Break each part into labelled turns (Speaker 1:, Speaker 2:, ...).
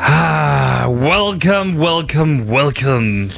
Speaker 1: Ah, Welcome, welcome, welcome.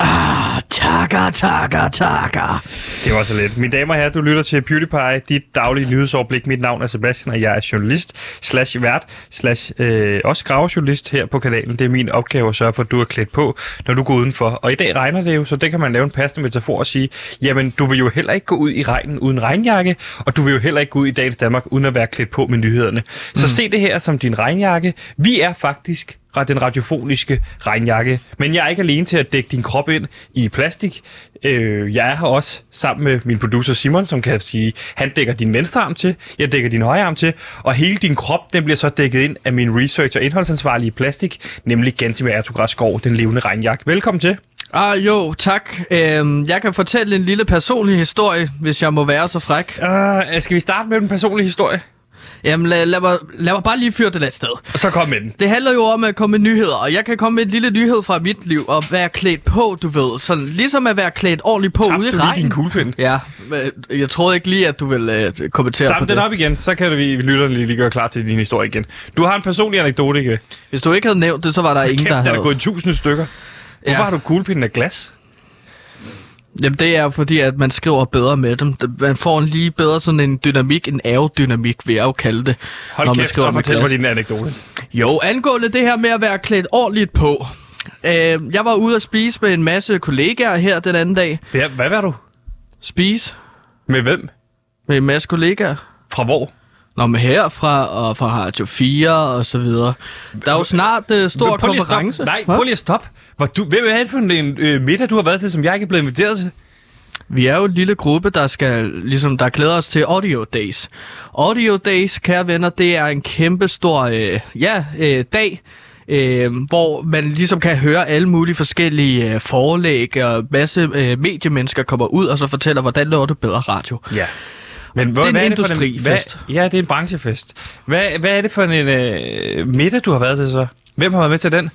Speaker 2: Ah, takker, takker, takker.
Speaker 1: Det var så let. Mine damer og herrer, du lytter til Beauty Pie, dit daglige nyhedsoverblik. Mit navn er Sebastian, og jeg er journalist, slash vært, slash øh, også gravejournalist her på kanalen. Det er min opgave at sørge for, at du er klædt på, når du går udenfor. Og i dag regner det jo, så det kan man lave en passende metafor og sige, jamen du vil jo heller ikke gå ud i regnen uden regnjakke, og du vil jo heller ikke gå ud i dagens Danmark uden at være klædt på med nyhederne. Så mm. se det her som din regnjakke. Vi er faktisk ra- den radiofoniske regnjakke. Men jeg er ikke alene til at dække din krop ind i plastik. Øh, jeg er her også sammen med min producer Simon, som kan sige, han dækker din venstre arm til, jeg dækker din højre arm til, og hele din krop den bliver så dækket ind af min research- og indholdsansvarlige i plastik, nemlig Gantimer Ertugras Skov, den levende regnjakke. Velkommen til.
Speaker 2: Ah, jo, tak. Øhm, jeg kan fortælle en lille personlig historie, hvis jeg må være så fræk.
Speaker 1: Uh, skal vi starte med den personlige historie?
Speaker 2: Jamen, lad, lad, mig, lad mig bare lige fyre det lidt sted.
Speaker 1: Og så kom med den.
Speaker 2: Det handler jo om at komme med nyheder, og jeg kan komme med en lille nyhed fra mit liv, og være klædt på, du ved. Så ligesom at være klædt ordentligt på
Speaker 1: Tabte
Speaker 2: ude i
Speaker 1: du lige din
Speaker 2: regnen.
Speaker 1: kuglepind?
Speaker 2: Ja, men øh, jeg troede ikke lige, at du ville øh, kommentere på
Speaker 1: Sam
Speaker 2: det.
Speaker 1: den op igen, så kan vi lytterne lige gøre klar til din historie igen. Du har en personlig anekdote, ikke?
Speaker 2: Hvis du ikke havde nævnt det, så var der ingen,
Speaker 1: Kæft,
Speaker 2: der
Speaker 1: der er
Speaker 2: havde.
Speaker 1: gået tusind stykker. Hvorfor
Speaker 2: Ja.
Speaker 1: har du kuglepinden af glas?
Speaker 2: Jamen, det er fordi, at man skriver bedre med dem. Det- Man får en lige bedre sådan en dynamik, en aerodynamik, vil jeg jo kalde det.
Speaker 1: Hold
Speaker 2: man
Speaker 1: kæft og
Speaker 2: med
Speaker 1: fortæl mig
Speaker 2: glas.
Speaker 1: din anekdote.
Speaker 2: Jo, angående det her med at være klædt ordentligt på. Øh, jeg var ude at spise med en masse kollegaer her den anden dag.
Speaker 1: Ja, hvad var du?
Speaker 2: Spise
Speaker 1: Med hvem?
Speaker 2: med en masse kollegaer.
Speaker 1: Fra hvor?
Speaker 2: Nå, men herfra og fra Radio 4 og så videre. Der er jo snart øh, stor
Speaker 1: Prøv lige at stoppe.
Speaker 2: konference.
Speaker 1: Nej,
Speaker 2: Hva?
Speaker 1: prøv lige at stoppe. Hvor du, hvem er det for en øh, middag, du har været til, som jeg ikke er blevet inviteret til?
Speaker 2: Vi er jo en lille gruppe, der skal ligesom der glæder os til Audio Days. Audio Days, kære venner, det er en kæmpe stor øh, ja, øh, dag, øh, hvor man ligesom kan høre alle mulige forskellige øh, forelæg, og masse øh, mediemennesker kommer ud og så fortæller, hvordan laver du bedre radio.
Speaker 1: Ja. Men hvor,
Speaker 2: Det er en
Speaker 1: hvad for
Speaker 2: industrifest.
Speaker 1: Hvad, ja, det er en branchefest. Hvad, hvad er det for en øh, middag, du har været til så? Hvem har været med til den?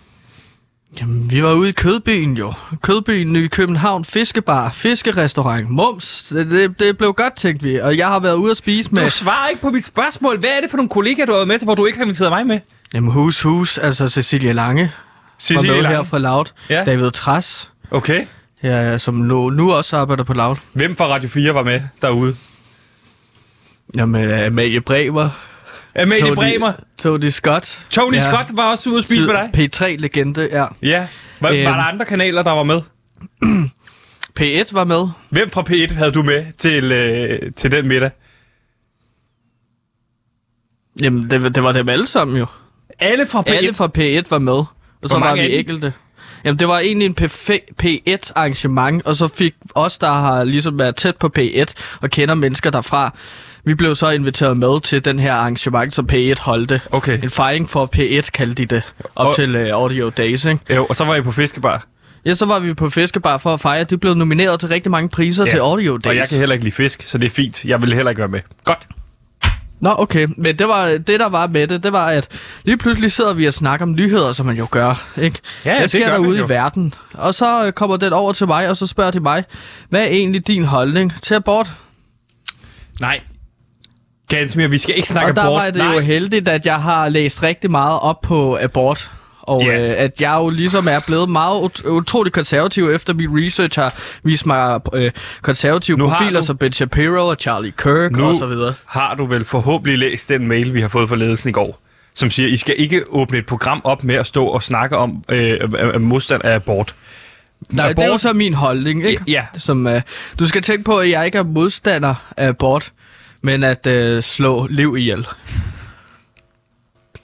Speaker 2: Jamen, vi var ude i Kødbyen jo. Kødbyen i København, fiskebar, fiskerestaurant, mums. Det, det, det blev godt, tænkte vi, og jeg har været ude at spise med...
Speaker 1: Du svarer ikke på mit spørgsmål. Hvad er det for nogle kollegaer, du har været med til, hvor du ikke har inviteret mig med?
Speaker 2: Jamen, hus, hus, altså Cecilie Lange. Cecilie var med Lange. her fra Loud.
Speaker 1: Ja.
Speaker 2: Ja. David Træs,
Speaker 1: Okay.
Speaker 2: ja, som nu, nu også arbejder på Loud.
Speaker 1: Hvem fra Radio 4 var med derude?
Speaker 2: Jamen, øh, Amalie Bremer.
Speaker 1: Amalie Bremer.
Speaker 2: Tony Scott.
Speaker 1: Tony
Speaker 2: Ja.
Speaker 1: Scott var også ude at spise med dig.
Speaker 2: P3-legende, ja.
Speaker 1: Ja. Var,
Speaker 2: Øhm.
Speaker 1: var der andre kanaler, der var med?
Speaker 2: P1 var med.
Speaker 1: Hvem fra P1 havde du med til, øh, til den middag?
Speaker 2: Jamen, det, det var dem alle sammen jo.
Speaker 1: Alle fra P1?
Speaker 2: Alle fra P1 var med. Og så
Speaker 1: mange
Speaker 2: var
Speaker 1: er
Speaker 2: vi
Speaker 1: I?
Speaker 2: enkelte. Jamen, det var egentlig en P1-arrangement, og så fik os, der har ligesom været tæt på P1 og kender mennesker derfra, vi blev så inviteret med til den her arrangement, som P1 holdte.
Speaker 1: Okay.
Speaker 2: En fejring for P1 kaldte de det, op
Speaker 1: Og-
Speaker 2: og... til uh, Audio Days, ikke?
Speaker 1: Jo, og så var I på fiskebar.
Speaker 2: Ja, så var vi på Fiskebar for at fejre. De blev nomineret til rigtig mange priser
Speaker 1: Ja,
Speaker 2: ja. til Audio Days.
Speaker 1: Og jeg kan heller ikke lide fisk, så det er fint. Jeg ville heller ikke være med. Godt.
Speaker 2: Nå, okay. Men det, var, det, der var med det, det var, at lige pludselig sidder vi og snakker om nyheder, som man jo gør, ikke?
Speaker 1: Ja, ja,
Speaker 2: Hvad
Speaker 1: det
Speaker 2: sker
Speaker 1: gør
Speaker 2: der
Speaker 1: man
Speaker 2: ude
Speaker 1: jo.
Speaker 2: i verden? Og så øh, kommer den over til mig, og så spørger de mig, hvad er egentlig din holdning til abort?
Speaker 1: Nej. Gansmir, vi skal ikke snakke
Speaker 2: og der
Speaker 1: abort.
Speaker 2: var det
Speaker 1: Nej.
Speaker 2: jo heldigt, at jeg har læst rigtig meget op på abort. Og
Speaker 1: Ja.
Speaker 2: øh, at jeg jo ligesom er blevet meget ut- utrolig konservativ, efter min research har vist mig øh, konservative
Speaker 1: Nu har
Speaker 2: profiler
Speaker 1: du-
Speaker 2: som Ben Shapiro og Charlie Kirk
Speaker 1: nu
Speaker 2: og så videre.
Speaker 1: har du vel forhåbentlig læst den mail, vi har fået fra ledelsen i går, som siger, I skal ikke åbne et program op med at stå og snakke om øh, øh, øh, modstand af abort.
Speaker 2: Nej, abort. det er jo så min holdning, ikke?
Speaker 1: Ja.
Speaker 2: Som, øh, du skal tænke på, at jeg ikke er modstander af abort, men at øh, slå liv ihjel.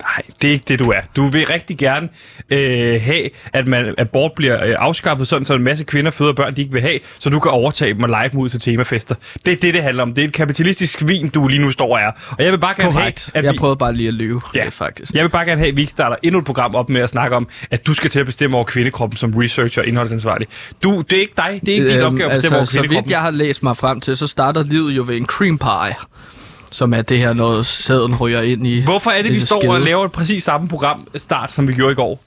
Speaker 1: Nej, det er ikke det, du er. Du vil rigtig gerne øh, have, at man, abort bliver øh, afskaffet, sådan så en masse kvinder føder børn, de ikke vil have, så du kan overtage dem og lege dem ud til temafester. Det er det, det handler om. Det er et kapitalistisk svin, du lige nu står og er. Og jeg vil bare gerne
Speaker 2: Korrekt.
Speaker 1: have, at
Speaker 2: Jeg
Speaker 1: vi,
Speaker 2: prøvede bare lige at lyve,
Speaker 1: Ja.
Speaker 2: ja. faktisk.
Speaker 1: jeg vil bare gerne have, at vi ikke starter endnu et program op med at snakke om, at du skal til at bestemme over kvindekroppen som researcher og indholdsansvarlig. Du, det er ikke dig. Det er ikke din opgave at bestemme
Speaker 2: altså,
Speaker 1: over
Speaker 2: så vidt
Speaker 1: kvindekroppen.
Speaker 2: jeg har læst mig frem til, så starter livet jo ved en cream pie, som er det her, når sæden ryger ind i...
Speaker 1: Hvorfor er det, vi
Speaker 2: lille
Speaker 1: står
Speaker 2: skede?
Speaker 1: og laver et præcis samme programstart, som vi gjorde i går?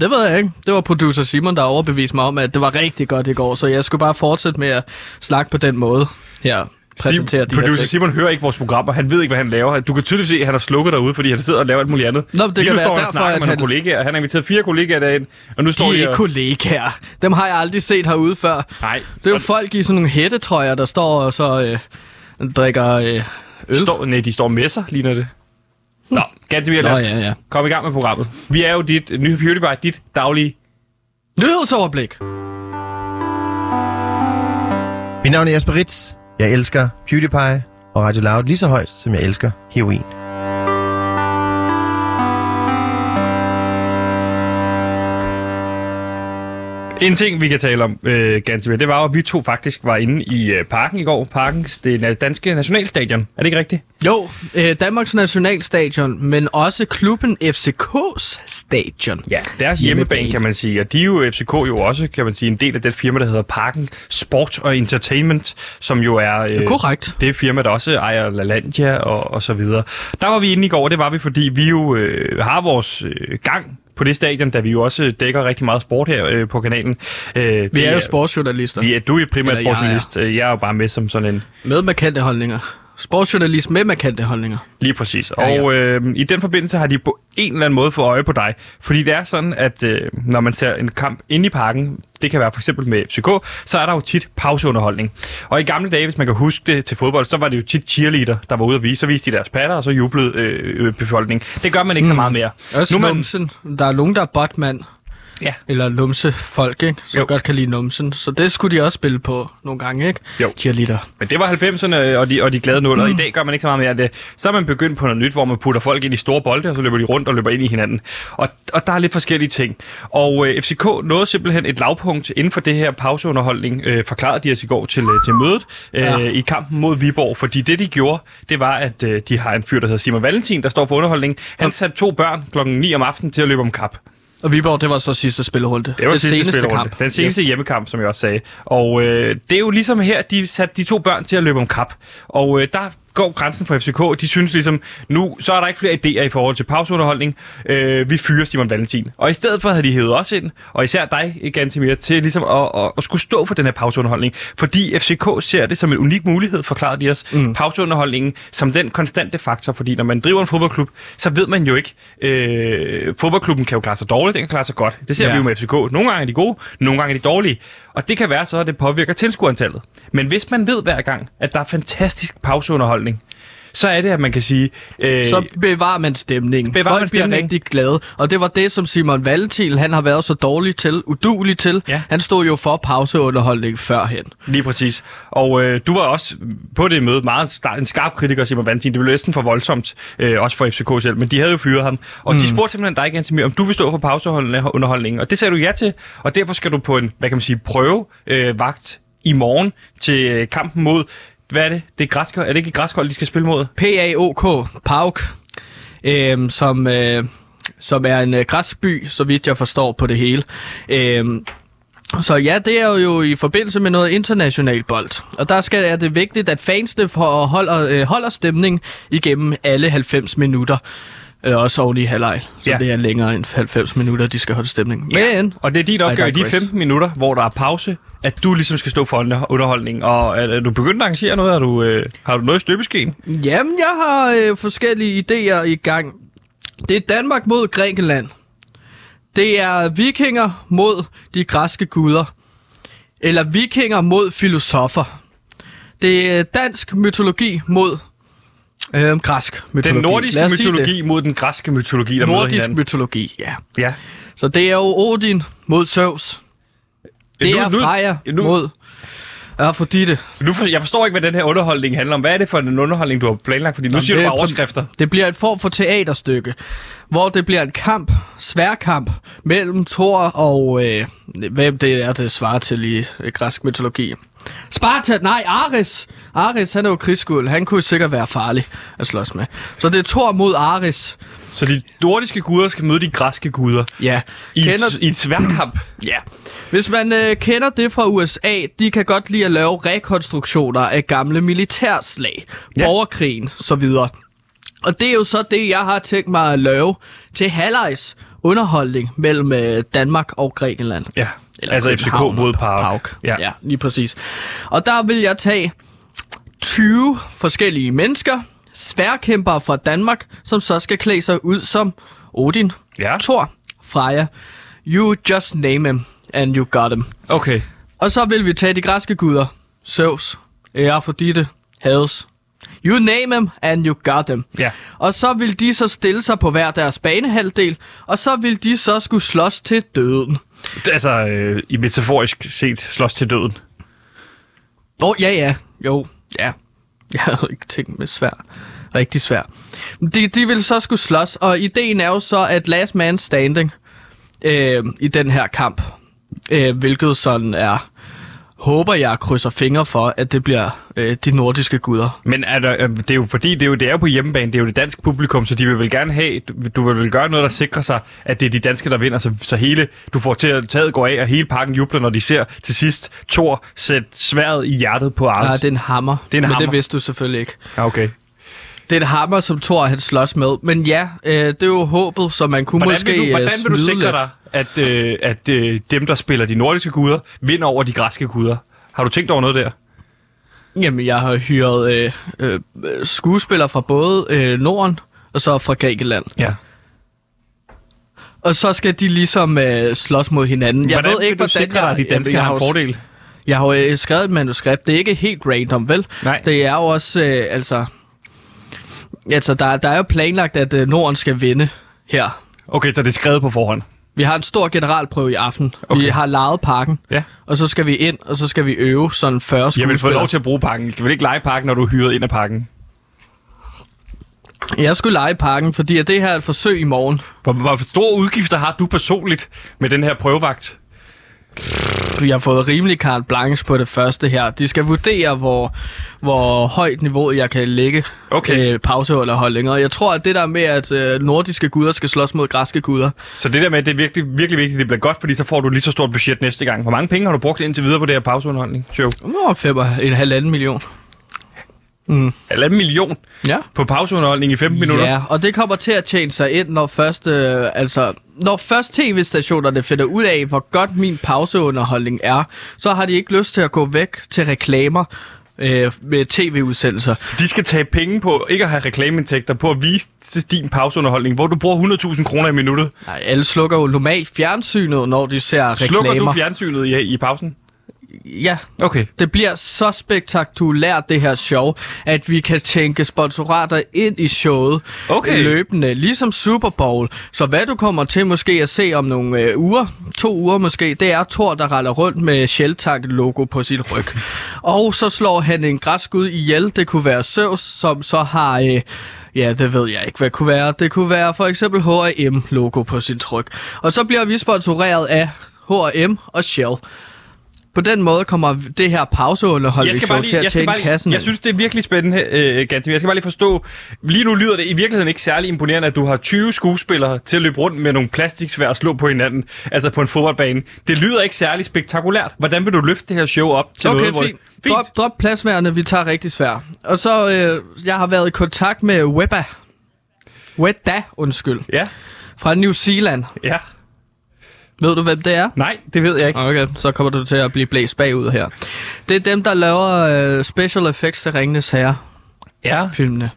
Speaker 2: Det ved jeg ikke. Det var producer Simon, der overbeviste mig om, at det var rigtig godt i går, så jeg skulle bare fortsætte med at snakke på den måde her. præsentere de her
Speaker 1: Producer
Speaker 2: ting.
Speaker 1: Simon hører ikke vores program, og han ved ikke, hvad han laver. Du kan tydeligt se, at han har slukket derude, fordi han sidder og laver alt muligt andet.
Speaker 2: Nå, men det
Speaker 1: Lige
Speaker 2: kan
Speaker 1: nu
Speaker 2: være
Speaker 1: står han og
Speaker 2: derfor,
Speaker 1: snakker
Speaker 2: at
Speaker 1: med nogle
Speaker 2: han-
Speaker 1: kollegaer. Han har inviteret fire kollegaer derind, og nu står
Speaker 2: De er
Speaker 1: de
Speaker 2: ikke
Speaker 1: og...
Speaker 2: kollegaer. Dem har jeg aldrig set herude før.
Speaker 1: Nej,
Speaker 2: Det er jo
Speaker 1: og-
Speaker 2: folk i sådan nogle hættetrøjer, der står og så øh, drikker øh, øl.
Speaker 1: Står, nej, de står med sig, ligner det. Nå, ganske mere,
Speaker 2: Nå,
Speaker 1: lad os
Speaker 2: ja, ja.
Speaker 1: komme i gang med programmet. Vi er jo dit øh, nye Beauty Bar, dit daglige...
Speaker 2: Nyhedsoverblik.
Speaker 3: Mit navn er Jesper Ritz. Jeg elsker PewDiePie og Radio Loud lige så højt, som jeg elsker heroin.
Speaker 1: En ting, vi kan tale om øh, ganske mere, det var jo, at vi to faktisk var inde i øh, parken i går. Parkens, det na- danske nationalstadion. Er det ikke rigtigt?
Speaker 2: Jo, øh, Danmarks Nationalstadion, men også klubben FCK's stadion.
Speaker 1: Ja, deres hjemmebane,
Speaker 2: Hjemmebane.
Speaker 1: kan man sige. Og de er jo FCK jo også, kan man sige, en del af det firma, der hedder Parken Sport og Entertainment, som jo er... Øh,
Speaker 2: Korrekt.
Speaker 1: Det firma, der også ejer LaLandia og, og så videre. Der var vi inde i går, og det var vi, fordi vi jo øh, har vores øh, gang på det stadion, da vi jo også dækker rigtig meget sport her øh, på kanalen. Øh,
Speaker 2: Vi er jo sportsjournalister.
Speaker 1: Vi er, du er primært
Speaker 2: Eller jeg er.
Speaker 1: sportsjournalist. Jeg er. jeg er jo bare med som sådan en
Speaker 2: Med markante holdninger. Sportsjournalist med markante holdninger.
Speaker 1: Lige præcis. Og
Speaker 2: Ja, ja.
Speaker 1: Øh, i den forbindelse har de på en eller anden måde fået øje på dig. Fordi det er sådan, at øh, når man ser en kamp inde i parken, det kan være for eksempel med FCK, så er der jo tit pauseunderholdning. Og i gamle dage, hvis man kan huske det til fodbold, så var det jo tit cheerleader, der var ude at vise. Så viste de deres patter, og så jublede øh, øh, befolkningen. Det gør man ikke mm. så meget mere.
Speaker 2: Også
Speaker 1: er
Speaker 2: nu
Speaker 1: man-
Speaker 2: numsen. Der er nogen, der er botmand.
Speaker 1: Ja.
Speaker 2: Eller numsefolk, ikke? Som
Speaker 1: Jo.
Speaker 2: jo. godt kan lide numsen. Så det skulle de også spille på nogle gange, ikke?
Speaker 1: Jo.
Speaker 2: Cheerleader.
Speaker 1: Men det var 90'erne og de, og de glade nuller. I dag gør man ikke så meget mere af det. Så er man begyndt på noget nyt, hvor man putter folk ind i store bolde, og så løber de rundt og løber ind i hinanden. Og, og der er lidt forskellige ting. Og øh, FCK nåede simpelthen et lavpunkt inden for det her pauseunderholdning, øh, forklarede de os i går til, øh, til mødet øh,
Speaker 2: Ja.
Speaker 1: i kampen mod Viborg. Fordi det, de gjorde, det var, at øh, de har en fyr, der hedder Simon Valentin, der står for underholdning. Han satte to børn klokken 9 om aftenen til at løbe om kap.
Speaker 2: Og Viborg, det var så sidste spillerunde.
Speaker 1: Det var
Speaker 2: Den
Speaker 1: sidste spillerunde. Den seneste yes. hjemmekamp, som jeg også sagde. Og øh, det er jo ligesom her, de satte de to børn til at løbe om kap. Og øh, der går grænsen for FCK. De synes ligesom, nu så er der ikke flere idéer i forhold til pauseunderholdning. Øh, vi fyrer Simon Valentin. Og i stedet for havde de hævet os ind, og især dig, Gantemir, til ligesom at, at, at skulle stå for den her pauseunderholdning. Fordi FCK ser det som en unik mulighed, forklarede de os, mm. pauseunderholdningen som den konstante faktor. Fordi når man driver en fodboldklub, så ved man jo ikke, øh, fodboldklubben kan jo klare sig dårligt, den kan klare sig godt. Det ser ja.
Speaker 2: Ja.
Speaker 1: vi jo med FCK. Nogle gange er de gode, nogle gange er de dårlige. Og det kan være så, at det påvirker tilskuerantallet. Men hvis man ved hver gang, at der er fantastisk pauseunderholdning, så er det, at man kan sige... Øh,
Speaker 2: Så bevarer man stemningen.
Speaker 1: Bevarer
Speaker 2: Folk
Speaker 1: man
Speaker 2: bliver
Speaker 1: stemningen.
Speaker 2: rigtig glade. Og det var det, som Simon Valentin, han har været så dårlig til, udulig til.
Speaker 1: Ja.
Speaker 2: Han stod jo for pauseunderholdning førhen.
Speaker 1: Lige præcis. Og øh, du var også på det møde meget star- en skarp kritiker, Simon Valentin. Det blev næsten for voldsomt, øh, også for FCK selv, men de havde jo fyret ham. Og mm. de spurgte simpelthen dig, Gansimir, om du vil stå for pauseunderholdningen. Og det sagde du ja til, og derfor skal du på en, hvad kan man sige, prøve øh, vagt i morgen til øh, kampen mod, hvad er det? Det er, græsker, er det ikke græskhold, de skal spille mod?
Speaker 2: PAOK, PAOK, øhm, som, øh, som er en øh, græsk by, så vidt jeg forstår på det hele. Øhm, så ja, det er jo i forbindelse med noget international bold. Og der skal, er det vigtigt, at fansene for- holder, øh, holder stemning igennem alle 90 minutter. Øh, også oven i halvleg, så
Speaker 1: Ja.
Speaker 2: ja. det er længere end 90 minutter, de skal holde stemning. Men
Speaker 1: Og det er din opgave i de
Speaker 2: digress.
Speaker 1: 15 minutter, hvor der er pause, at du ligesom skal stå for under- underholdningen. Og er, er du begyndt at arrangere noget? Har du, øh, har du noget i støbeskeen?
Speaker 2: Jamen, jeg har øh, forskellige idéer i gang. Det er Danmark mod Grækenland. Det er vikinger mod de græske guder. Eller vikinger mod filosofer. Det er dansk mytologi mod øh, græsk mytologi.
Speaker 1: Den nordiske
Speaker 2: Lad os sige det.
Speaker 1: mytologi mod den græske mytologi, der møder
Speaker 2: Nordisk
Speaker 1: hinanden.
Speaker 2: mytologi, ja.
Speaker 1: Ja.
Speaker 2: Så det er jo Odin mod Zeus. Det
Speaker 1: Nu-
Speaker 2: er
Speaker 1: nu-
Speaker 2: Freja
Speaker 1: nu-
Speaker 2: mod Afrodite.
Speaker 1: Nu for, jeg forstår ikke, hvad den her underholdning handler om. Hvad er det for en underholdning, du har planlagt? Fordi nu Jamen, siger du
Speaker 2: det
Speaker 1: bare
Speaker 2: er
Speaker 1: overskrifter.
Speaker 2: Det bliver et form for teaterstykke, hvor det bliver en kamp, sværkamp, mellem Thor og... Øh, hvem det er, det svarer til i øh, græsk mytologi. Sparta, nej, Ares. Ares, han er jo krigsgud. Han kunne sikkert være farlig at slås med. Så det er Thor mod Ares.
Speaker 1: Så de nordiske guder skal møde de græske guder
Speaker 2: Ja.
Speaker 1: i, et, i et sværkamp.
Speaker 2: Ja. Hvis man øh, kender det fra USA, de kan godt lide at lave rekonstruktioner af gamle militærslag,
Speaker 1: Ja.
Speaker 2: ja. borgerkrigen så videre. Og det er jo så det, jeg har tænkt mig at lave til halvlejs underholdning mellem øh, Danmark og Grækenland.
Speaker 1: Ja. altså FCK
Speaker 2: København og
Speaker 1: mod Park.
Speaker 2: Pauk. Ja. ja, lige præcis. Og der vil jeg tage 20 forskellige mennesker, sværkæmpere fra Danmark, som så skal klæde sig ud som Odin,
Speaker 1: Ja.
Speaker 2: Thor, Freja. You just name them, and you got them.
Speaker 1: Okay.
Speaker 2: Og så vil vi tage de græske guder. Zeus, Afrodite, Hades. You name them, and you got them.
Speaker 1: Ja.
Speaker 2: Og så vil de så stille sig på hver deres banehalvdel, og så vil de så skulle slås til døden.
Speaker 1: Altså, øh, i metaforisk set slås til døden.
Speaker 2: Åh, oh, ja, ja. Jo, ja. Jeg havde ikke tænkt med svær. Rigtig svær. De, de vil så skulle slås, og ideen er jo så, at last man standing øh, i den her kamp, øh, hvilket sådan er, håber jeg krydser fingre for, at det bliver øh, de nordiske guder.
Speaker 1: Men er der, øh, det er jo fordi, det er jo, det er jo på hjemmebane, det er jo det danske publikum, så de vil vel gerne have, du, du vil vel gøre noget, der sikrer sig, at det er de danske, der vinder, så, så hele, du får til at taget går af, og hele pakken jubler, når de ser til sidst Thor sætte sværet i hjertet på Ars.
Speaker 2: Nej, Ah, det er en hammer,
Speaker 1: er en
Speaker 2: men
Speaker 1: hammer.
Speaker 2: det vidste du selvfølgelig ikke.
Speaker 1: ja, okay.
Speaker 2: Det er en hammer, som Thor han slås med, men ja, øh, det er jo håbet, så man kunne
Speaker 1: Hvordan
Speaker 2: måske
Speaker 1: vil du,
Speaker 2: øh,
Speaker 1: hvordan vil du
Speaker 2: snyde
Speaker 1: sikre
Speaker 2: lidt.
Speaker 1: dig, at, øh, at øh, dem, der spiller de nordiske guder, vinder over de græske guder? Har du tænkt over noget der?
Speaker 2: Jamen, jeg har hyret øh, øh, øh, skuespillere fra både øh, Norden og så fra Grækenland.
Speaker 1: Ja.
Speaker 2: Og så skal de ligesom øh, slås mod hinanden. Jeg
Speaker 1: hvordan
Speaker 2: ved ikke,
Speaker 1: vil du
Speaker 2: hvordan
Speaker 1: sikre dig,
Speaker 2: jeg,
Speaker 1: at de danske
Speaker 2: jeg, jeg,
Speaker 1: har en
Speaker 2: jo-
Speaker 1: fordel?
Speaker 2: Jeg har jo øh, skrevet et manuskript. Det er ikke helt random, vel?
Speaker 1: Nej.
Speaker 2: Det er jo også, øh, altså... Altså, der, der er jo planlagt, at øh, Norden skal vinde her.
Speaker 1: Okay, så det er skrevet på forhånd.
Speaker 2: Vi har en stor generalprøve i aften. Okay. Vi har lejet pakken.
Speaker 1: Ja.
Speaker 2: Og så skal vi ind, og så skal vi øve sådan 40
Speaker 1: Jeg vil få
Speaker 2: skuespillere.
Speaker 1: lov til at bruge pakken. Skal vi ikke lege pakken, når du er hyret ind af pakken?
Speaker 2: Jeg skulle lege pakken, fordi at det her er et forsøg i morgen.
Speaker 1: Hvor, hvor store udgifter har du personligt med den her prøvevagt?
Speaker 2: Vi har fået rimelig carte blanche på det første her. De skal vurdere, hvor, hvor højt niveau jeg kan lægge
Speaker 1: Okay.
Speaker 2: øh, pauseunderholdninger. Jeg tror, at det der med, at øh, nordiske guder skal slås mod græske guder,
Speaker 1: Så det der med, det er virkelig, virkelig vigtigt, det bliver godt, fordi så får du lige så stort budget næste gang. Hvor mange penge har du brugt indtil videre på det her pauseunderholdning? Show.
Speaker 2: nå, fem og en halvanden million.
Speaker 1: Eller en million
Speaker 2: Ja.
Speaker 1: på pauseunderholdning i 15 minutter?
Speaker 2: Ja, og det kommer til at tjene sig ind, når først, øh, altså, når først tv-stationerne finder ud af, hvor godt min pauseunderholdning er, så har de ikke lyst til at gå væk til reklamer øh, med tv-udsendelser.
Speaker 1: De skal tage penge på ikke at have reklameindtægter, på at vise til din pauseunderholdning, hvor du bruger 100.000 kroner i minuttet.
Speaker 2: Nej, alle slukker jo normalt fjernsynet, når de ser
Speaker 1: Slukker
Speaker 2: reklamer.
Speaker 1: du fjernsynet i, i pausen?
Speaker 2: ja,
Speaker 1: Okay.
Speaker 2: det bliver så spektakulært, det her show, at vi kan tænke sponsorater ind i showet
Speaker 1: Okay.
Speaker 2: løbende, ligesom Super Bowl. Så hvad du kommer til måske at se om nogle øh, uger, to uger måske, det er Thor, der raller rundt med Shelltank-logo på sit ryg. Og så slår han en græskud ihjel, det kunne være Zeus, som så har... Øh, Ja, det ved jeg ikke, hvad det kunne være. Det kunne være for eksempel H&M-logo på sin tryk. Og så bliver vi sponsoreret af H&M og Shell. På den måde kommer det her
Speaker 1: Jeg skal bare
Speaker 2: pauseunderholdningsshow
Speaker 1: lige,
Speaker 2: til at
Speaker 1: jeg, skal
Speaker 2: tjene
Speaker 1: bare
Speaker 2: kassen.
Speaker 1: lige, jeg
Speaker 2: ind.
Speaker 1: synes, det er virkelig spændende, øh, Gantim. Jeg skal bare lige forstå, lige nu lyder det i virkeligheden ikke særlig imponerende, at du har 20 skuespillere til at løbe rundt med nogle plastiksvær og slå på hinanden, altså på en fodboldbane. Det lyder ikke særlig spektakulært. Hvordan vil du løfte det her show op til
Speaker 2: Okay,
Speaker 1: noget? hvor-
Speaker 2: fint. fint. Drop, drop pladsværende, vi tager rigtig svært. Og så, øh, jeg har været i kontakt med Webba. Webba, undskyld.
Speaker 1: Ja,
Speaker 2: Fra New Zealand.
Speaker 1: ja.
Speaker 2: Ved du, hvem det er?
Speaker 1: Nej, det ved jeg ikke.
Speaker 2: Okay, så kommer du til at blive blæst bagud her. Det er dem, der laver øh, special effects til Ringnes Herre-filmene.
Speaker 1: Ja.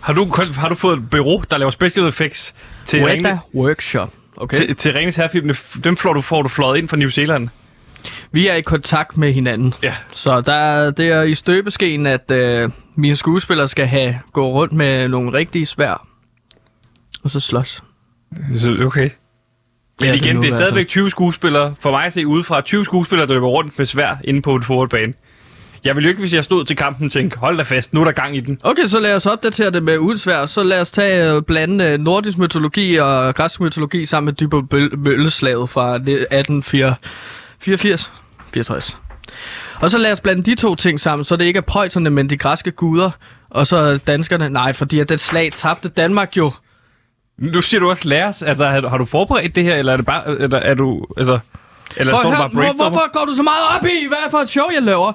Speaker 1: Har du, kun- har du fået et bureau, der laver special effects til
Speaker 2: Webba
Speaker 1: Ringe-
Speaker 2: Workshop. Okay.
Speaker 1: til, til Ringens Herrefilmene? Dem får du, får du fløjet ind fra New Zealand.
Speaker 2: Vi er i kontakt med hinanden.
Speaker 1: Ja.
Speaker 2: Så der, er- det er i støbeskeen, at øh, mine skuespillere skal have gå rundt med nogle rigtige svær. Og så slås.
Speaker 1: Så, okay. Men
Speaker 2: Ja,
Speaker 1: ja,
Speaker 2: det
Speaker 1: igen,
Speaker 2: må
Speaker 1: det, er
Speaker 2: være
Speaker 1: stadigvæk 20 skuespillere. For mig at se udefra, 20 skuespillere, der løber rundt med svær inde på en fodboldbane. Jeg ville jo ikke, hvis jeg stod til kampen, tænke, hold da fast, nu er der gang i den.
Speaker 2: Okay, så lad os opdatere det med udsvær. Så lad os tage øh, blande øh, nordisk mytologi og græsk mytologi sammen med dybe bøl- mølleslaget fra 1884. 64. Og så lad os blande de to ting sammen, så det ikke er prøjserne, men de græske guder. Og så danskerne. Nej, fordi at det slag tabte Danmark jo.
Speaker 1: Nu siger du også, lad os, altså har, har du forberedt det her, eller er det bare, eller er du, altså, eller
Speaker 2: Prøv
Speaker 1: står du
Speaker 2: at høre,
Speaker 1: bare
Speaker 2: hvor,
Speaker 1: brainstormer?
Speaker 2: hvorfor går du så meget op i, hvad for et show jeg laver?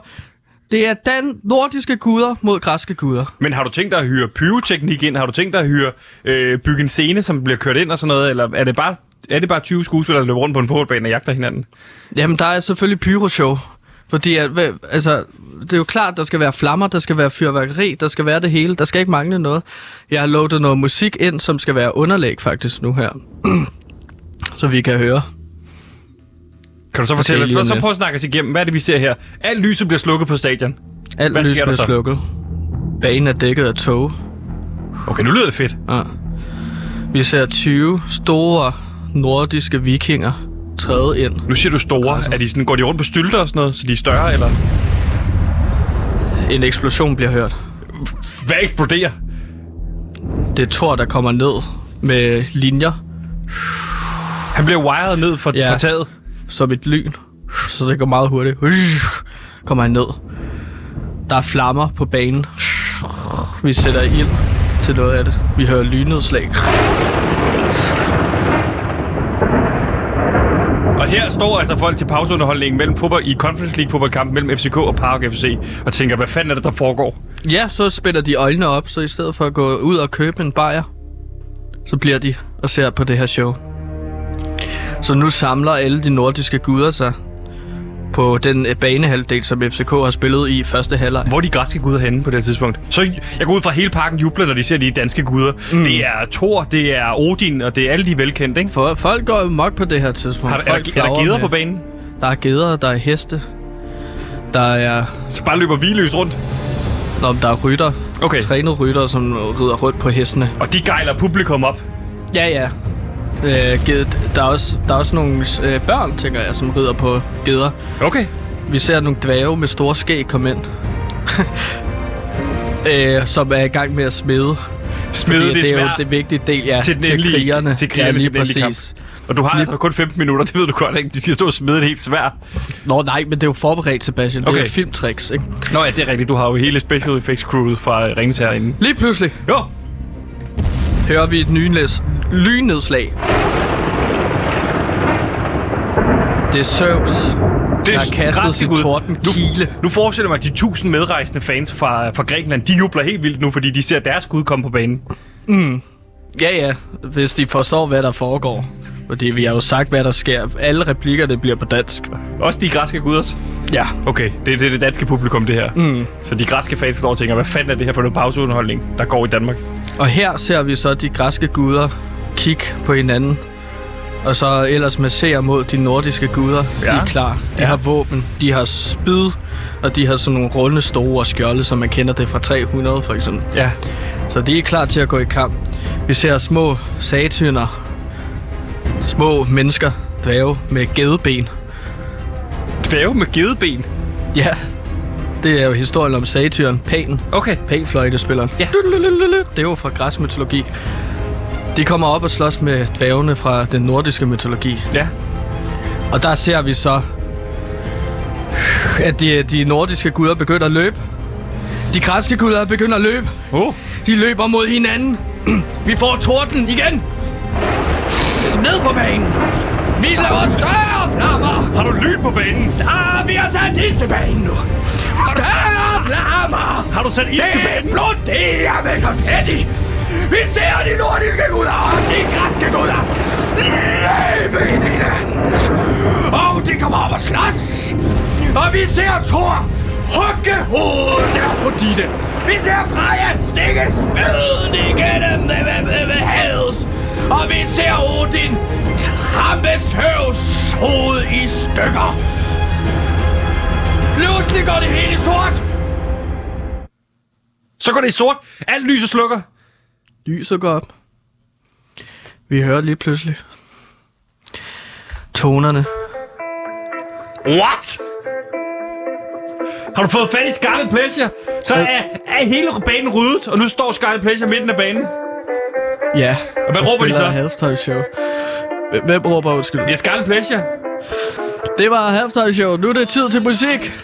Speaker 2: Det er dan nordiske guder mod græske guder.
Speaker 1: Men har du tænkt dig at hyre pyroteknik ind? Har du tænkt dig at hyre, øh, bygge en scene, som bliver kørt ind og sådan noget? Eller er det bare, er det bare 20 skuespillere, der løber rundt på en fodboldbane og jagter hinanden?
Speaker 2: Jamen, der er selvfølgelig pyroshow. Fordi, at, hvad- altså, det er jo klart, der skal være flammer, der skal være fyrværkeri, der skal være det hele. Der skal ikke mangle noget. Jeg har loadet noget musik ind, som skal være underlæg faktisk nu her. så vi kan høre.
Speaker 1: Kan du så
Speaker 2: skal
Speaker 1: fortælle,
Speaker 2: lige
Speaker 1: okay,
Speaker 2: om
Speaker 1: så
Speaker 2: lidt.
Speaker 1: prøv at snakke os igennem, hvad er det, vi ser her? Alt lyset bliver slukket på stadion.
Speaker 2: Alt
Speaker 1: Hvad
Speaker 2: lys
Speaker 1: sker der
Speaker 2: bliver
Speaker 1: så?
Speaker 2: slukket. Banen er dækket af tog.
Speaker 1: Okay, nu lyder det fedt.
Speaker 2: Ja. Vi ser 20 store nordiske vikinger træde ind.
Speaker 1: Nu siger du store. Er de sådan, går de rundt på stylter og sådan noget, så de er større, eller?
Speaker 2: En eksplosion bliver hørt.
Speaker 1: Hvad eksploderer?
Speaker 2: Det er Thor, der kommer ned med linjer
Speaker 1: Han bliver wired ned fra,
Speaker 2: Ja.
Speaker 1: fra taget.
Speaker 2: som et lyn. Så det går meget hurtigt. Kommer han ned. Der er flammer på banen. Vi sætter ild til noget af det. Vi hører lynnedslag.
Speaker 1: Og her står altså folk til pauseunderholdningen mellem fodbold, i Conference League fodboldkampen mellem FCK og Park FC og tænker, hvad fanden er det, der foregår?
Speaker 2: Ja, så spænder de øjnene op, så i stedet for at gå ud og købe en bajer, så bliver de og ser på det her show. Så nu samler alle de nordiske guder sig på den øh, banehalvdel, som FCK har spillet i første halvleg.
Speaker 1: Hvor er de græske guder henne på det her tidspunkt? Så jeg går ud fra at hele parken jubler, når de ser de danske guder. Mm. Det er Thor, det er Odin, og det er alle de velkendte, ikke?
Speaker 2: For folk går jo mok på det her tidspunkt.
Speaker 1: Har, er,
Speaker 2: folk
Speaker 1: der- er der
Speaker 2: flagrer
Speaker 1: geder
Speaker 2: med-
Speaker 1: på banen?
Speaker 2: Der er geder, der er heste. Der er,
Speaker 1: Så bare løber vi løs rundt.
Speaker 2: nå, men der er rytter.
Speaker 1: Okay,
Speaker 2: Trænede rytter, som rider rundt på hestene.
Speaker 1: og de gejler publikum op.
Speaker 2: Ja, ja. Øh, ged- der, er også, der er også nogle øh, børn, tænker jeg, som rider på geder.
Speaker 1: Okay.
Speaker 2: Vi ser nogle dvæve med store skæg komme ind. øh, som er i gang med at smede.
Speaker 1: Smid
Speaker 2: det,
Speaker 1: det
Speaker 2: det er jo
Speaker 1: svært
Speaker 2: det vigtige del, ja.
Speaker 1: til den endelige,
Speaker 2: til krigerne.
Speaker 1: Til krigerne
Speaker 2: ja, lige
Speaker 1: til den endelige
Speaker 2: præcis.
Speaker 1: kamp. Og du har altså kun 15 minutter, det ved du godt, ikke? De skal stå og smide det helt svært.
Speaker 2: Nå nej, men det er jo forberedt, Sebastian. Det er
Speaker 1: Okay.
Speaker 2: jo filmtricks, ikke?
Speaker 1: Nå ja, det er rigtigt. Du har jo hele special effects crewet fra øh, Ringens herinde.
Speaker 2: Lige pludselig
Speaker 1: Jo,
Speaker 2: hører vi et nynlæs, lynnedslag. Det er Zeus,
Speaker 1: Det
Speaker 2: der
Speaker 1: s-
Speaker 2: har kastet
Speaker 1: græske
Speaker 2: sin
Speaker 1: gud.
Speaker 2: torden kile.
Speaker 1: Nu forestiller jeg mig, at de tusind medrejsende fans fra, fra Grækenland, de jubler helt vildt nu, fordi de ser deres gud komme på banen.
Speaker 2: Ja, ja, hvis de forstår, hvad der foregår. Fordi vi har jo sagt, hvad der sker. Alle replikkerne bliver på dansk.
Speaker 1: Også de græske guders.
Speaker 2: Ja.
Speaker 1: Okay, det, det er det danske publikum, det her. Mm. Så de græske fans står og tænker, hvad fanden er det her for noget pauseunderholdning, der går i Danmark?
Speaker 2: Og her ser vi så de græske guder kigge på hinanden. Og så ellers massere mod de nordiske guder. Ja. De
Speaker 1: Ja.
Speaker 2: er klar. De ja. har våben, de har spyd, og de har sådan nogle runde store skjolde, som man kender det fra 300 for eksempel.
Speaker 1: Ja.
Speaker 2: Så de er klar til at gå i kamp. Vi ser små satyner, små mennesker, dvæve med gedeben.
Speaker 1: Dvæve med gedeben.
Speaker 2: Ja, det er jo historien om satyren, panen,
Speaker 1: Okay.
Speaker 2: panfløjtespilleren.
Speaker 1: Ja.
Speaker 2: Det er jo fra græsk mytologi. De kommer op og slås med dvævene fra den nordiske mytologi.
Speaker 1: Ja.
Speaker 2: Og der ser vi så, at de, de nordiske guder begynder at løbe. De græske guder begynder at løbe.
Speaker 1: Oh.
Speaker 2: De løber mod hinanden. Vi får torden igen. Ned på banen. Vi laver større flammer.
Speaker 1: Har du lyn på banen?
Speaker 2: Ah, vi har sat ild til banen nu. Større flammer.
Speaker 1: Har du sat ild til
Speaker 2: Det
Speaker 1: banen?
Speaker 2: eksploderer med konfetti. Vi ser de nordiske guder og de græske guder. Løbe ind i hinanden. Og de kommer op og slås. Og vi ser Thor hugge hovedet af Afrodite. Vi ser Freja stikke spøden igennem med, med, med, med havet. Og vi ser Odin trampe Zeus hoved i stykker. Pludselig går det hele i sort.
Speaker 1: Så går det i sort. Alt lyset slukker.
Speaker 2: Lyset går op. Vi hører lige pludselig tonerne.
Speaker 1: What? Har du fået fat i Scarlet Pleasure? Så er, er hele banen ryddet, og nu står Scarlet Pleasure midten af banen.
Speaker 2: Ja.
Speaker 1: hvad råber de
Speaker 2: spiller
Speaker 1: så?
Speaker 2: Halftime show. Hvem- Hvem råber undskyld?
Speaker 1: Det er Scarlet Pleasure.
Speaker 2: Det var halftime show. Nu er det tid til musik.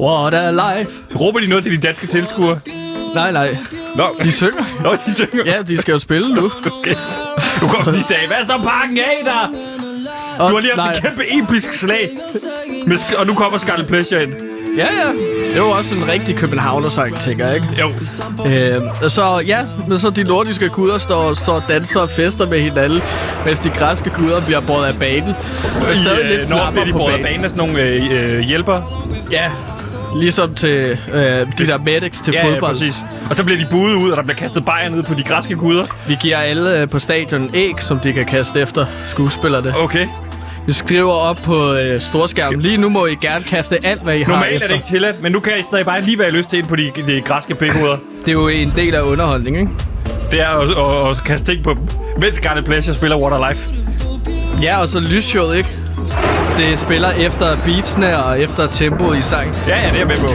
Speaker 2: What a life.
Speaker 1: Så råber de noget til de danske tilskuere.
Speaker 2: Nej, nej.
Speaker 1: Nå,
Speaker 2: De synger.
Speaker 1: Nå, de synger.
Speaker 2: Ja, de skal jo spille nu.
Speaker 1: Okay. Nu kom de sagde, hvad så pakken af der?
Speaker 2: Og,
Speaker 1: Du har lige haft et kæmpe episk slag. Med sk- og nu kommer Scarlet Pleasure ind.
Speaker 2: Ja, ja. Det var også en rigtig københavner-sang, tænker jeg, ikke?
Speaker 1: Jo.
Speaker 2: Øh, så ja, men så de nordiske guder står, står og danser og fester med hinanden, mens de græske guder bliver båret af banen. Der er stadig
Speaker 1: I,
Speaker 2: lidt
Speaker 1: når
Speaker 2: flammer
Speaker 1: Øh, de
Speaker 2: på
Speaker 1: bruger
Speaker 2: banen.
Speaker 1: banen af sådan nogle øh, øh, hjælpere.
Speaker 2: Ja, Ligesom til øh, de der medics til
Speaker 1: ja, ja,
Speaker 2: fodbold.
Speaker 1: præcis. Og så bliver de buet ud, og der bliver kastet bajer ned på de græske guder.
Speaker 2: Vi giver alle øh, på stadion æg, som de kan kaste efter skuespillerne.
Speaker 1: Okay.
Speaker 2: Vi skriver op på øh, storskærmen. Lige nu må I gerne kaste alt, hvad I har
Speaker 1: Normalt
Speaker 2: efter.
Speaker 1: er det ikke tilladt, men nu kan I stadig bare lige være lyst til ind på de, de græske pikhoveder.
Speaker 2: det er jo en del af underholdning, ikke?
Speaker 1: Det er at, at, at kaste ting på dem, mens Garnet Pleasure spiller Water Life.
Speaker 2: Ja, og så lysshowet, ikke? Det spiller efter beatsene og efter tempoet i sang.
Speaker 1: Ja, ja, det er jeg med på.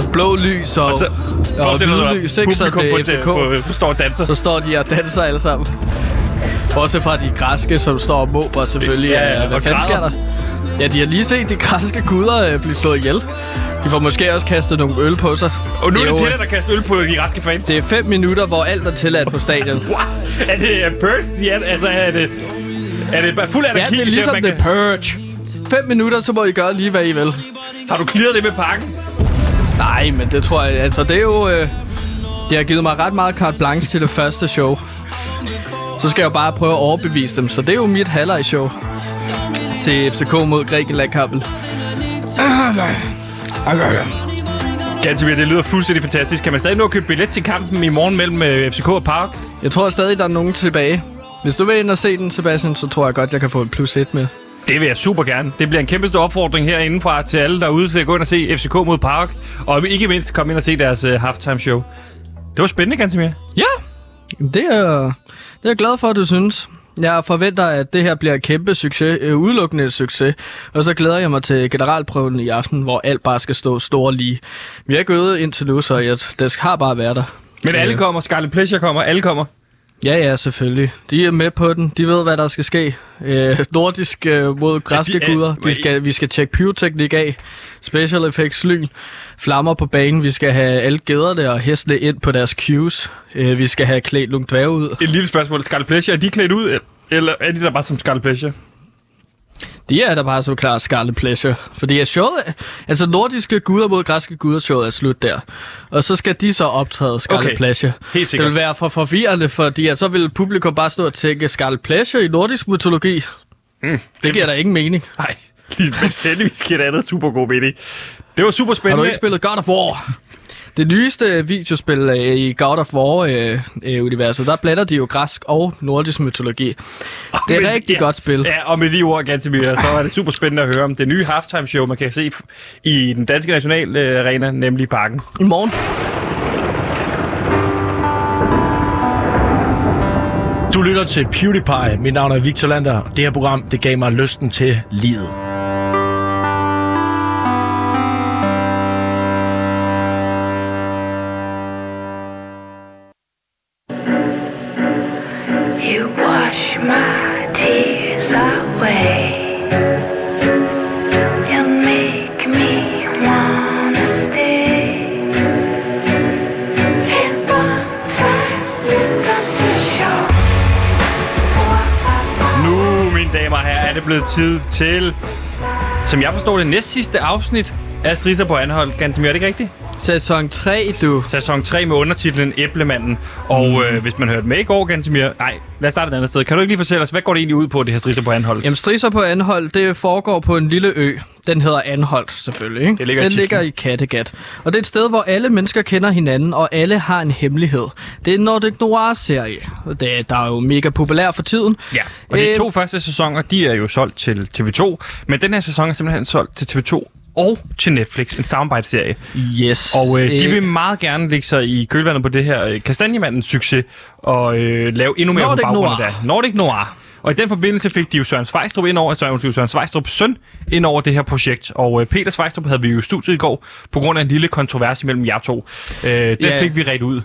Speaker 2: Så blå lys og, og,
Speaker 1: Så,
Speaker 2: og
Speaker 1: forestil dig, der er
Speaker 2: hvide lys, ikke? Så
Speaker 1: publikum
Speaker 2: det
Speaker 1: på,
Speaker 2: er
Speaker 1: et-
Speaker 2: FCK.
Speaker 1: på, på, står og danser.
Speaker 2: Så står de og danser alle sammen. Også fra de græske, som står og måber selvfølgelig.
Speaker 1: Ja, ja,
Speaker 2: Øh, Hvad
Speaker 1: og
Speaker 2: fanden sker
Speaker 1: græder.
Speaker 2: der? Ja, de har lige set de græske guder øh, blive slået ihjel. De får måske også kastet nogle øl på sig.
Speaker 1: og nu er
Speaker 2: jo,
Speaker 1: det
Speaker 2: øh,
Speaker 1: tilladt at kaste øl på de græske fans.
Speaker 2: Det er fem minutter, hvor alt er tilladt på stadion.
Speaker 1: What? Er det uh, Purse? De er, altså, er det... Er det bare fuld
Speaker 2: Ja,
Speaker 1: anarki?
Speaker 2: det er ligesom
Speaker 1: man
Speaker 2: The
Speaker 1: kan-
Speaker 2: Purge. 5 minutter, så må I gøre lige, hvad I vil.
Speaker 1: Har du clearet det med pakken?
Speaker 2: Nej, men det tror jeg... Altså, det er jo... Øh, det har givet mig ret meget carte blanche til det første show. Så skal jeg jo bare prøve at overbevise dem. Så det er jo mit halvleg-show. Til FCK mod Grækenland-kampen.
Speaker 1: Ganske vildt, det lyder fuldstændig fantastisk. Kan man stadig nå at købe billet til kampen i morgen mellem øh, FCK og Park?
Speaker 2: Jeg tror stadig, der er nogen tilbage. Hvis du vil ind og se den, Sebastian, så tror jeg godt, jeg kan få en plus et med.
Speaker 1: Det vil jeg super gerne. Det bliver en kæmpe stor opfordring herindefra til alle derude til at gå ind og se FCK mod Park. Og ikke mindst komme ind og se deres uh, halftime show. Det var spændende, Gansimir.
Speaker 2: Ja, det er, det er jeg glad for, at du synes. Jeg forventer, at det her bliver et kæmpe succes, øh, udelukkende et succes. Og så glæder jeg mig til generalprøven i aften, hvor alt bare skal stå store lige. Vi har ikke øvet indtil nu, så jeg, det har bare været der.
Speaker 1: Men alle
Speaker 2: Øh,
Speaker 1: kommer, Scarlet Pleasure kommer, alle kommer.
Speaker 2: Ja, ja, selvfølgelig. De er med på den. De ved, hvad der skal ske. Øh, nordisk øh, mod græske
Speaker 1: er-
Speaker 2: guder.
Speaker 1: men-
Speaker 2: De skal, vi skal tjekke pyroteknik af. Special effects lyn. Flammer på banen. Vi skal have alle gæderne og hestene ind på deres cues. Øh, vi skal have klædt nogle dværge ud.
Speaker 1: Et lille spørgsmål. Scarlet Pleasure, er de klædt ud, eller er de der bare som Scarlet Pleasure?
Speaker 2: De er der bare så klart Scarlet Pleasure. Fordi at showet, altså nordiske guder mod græske guder showet er slut der. Og så skal de så optræde Scarlet
Speaker 1: Okay.
Speaker 2: okay. Pleasure.
Speaker 1: Helt
Speaker 2: Det
Speaker 1: sikkert.
Speaker 2: vil være for forvirrende, fordi at så vil publikum bare stå og tænke Scarlet Pleasure i nordisk mytologi. Mm. Det giver da ingen mening.
Speaker 1: Nej, lige- men heldigvis giver det andet super god mening. Det var super
Speaker 2: Har du
Speaker 1: spændende.
Speaker 2: ikke spillet God of War? Det nyeste videospil øh, i God of War-universet, der blander de jo græsk og nordisk mytologi. Det er
Speaker 1: Men-
Speaker 2: et rigtig
Speaker 1: ja.
Speaker 2: godt spil.
Speaker 1: Ja, og med de ord, Gansimir, så var det super spændende at høre om det nye halftime show, man kan se f- i den danske nationalarena, nemlig Parken.
Speaker 2: I morgen.
Speaker 4: Du lytter til PewDiePie. Mit navn er Victor Lander. og Det her program, det gav mig lysten til livet.
Speaker 5: You wash my tears away. You make me wanna stay. In bonfires, lit up the shores.
Speaker 1: Nu, mine damer og herrer, er det blevet tid til, som jeg forstår det, næst sidste afsnit af Strisser på Anhold. Gansimir, er det ikke rigtigt?
Speaker 2: Sæson 3, du.
Speaker 1: Sæson 3 med undertitlen Æblemanden. Og øh, hvis man hørte med i går, Gansimir... Nej, lad os starte et andet sted. Kan du ikke lige fortælle os, hvad går det egentlig ud på, det her Strisser på Anhold?
Speaker 2: Jamen, strisser på Anholdt, det foregår på en lille ø. Den hedder Anholdt, selvfølgelig. Ikke?
Speaker 1: Det ligger i
Speaker 2: den
Speaker 1: titlen.
Speaker 2: ligger i Kattegat. Og det er et sted, hvor alle mennesker kender hinanden, og alle har en hemmelighed. Det er en Nordic Noir-serie, og det- der er jo mega populær for tiden.
Speaker 1: Ja, og de
Speaker 2: Øhm,
Speaker 1: to første sæsoner, de er jo solgt til TV2, men den her sæson er simpelthen solgt til TV2 og til Netflix, en samarbejdsserie.
Speaker 2: Yes.
Speaker 1: Og øh, de
Speaker 2: Øh,
Speaker 1: vil meget gerne lægge sig i kølvandet på det her øh, kastanjemandens succes og øh, lave endnu mere
Speaker 2: Nordic
Speaker 1: på baggrunden
Speaker 2: Noir.
Speaker 1: der. Nordic Noir. Og i den forbindelse fik de jo Søren Svejstrup ind over, Søren, undskyld, Søren Svejstrups søn ind over det her projekt. Og øh, Peter Svejstrup havde vi jo i studiet i går, på grund af en lille kontrovers imellem jer to. Øh, den
Speaker 2: Ja.
Speaker 1: fik vi ret ud.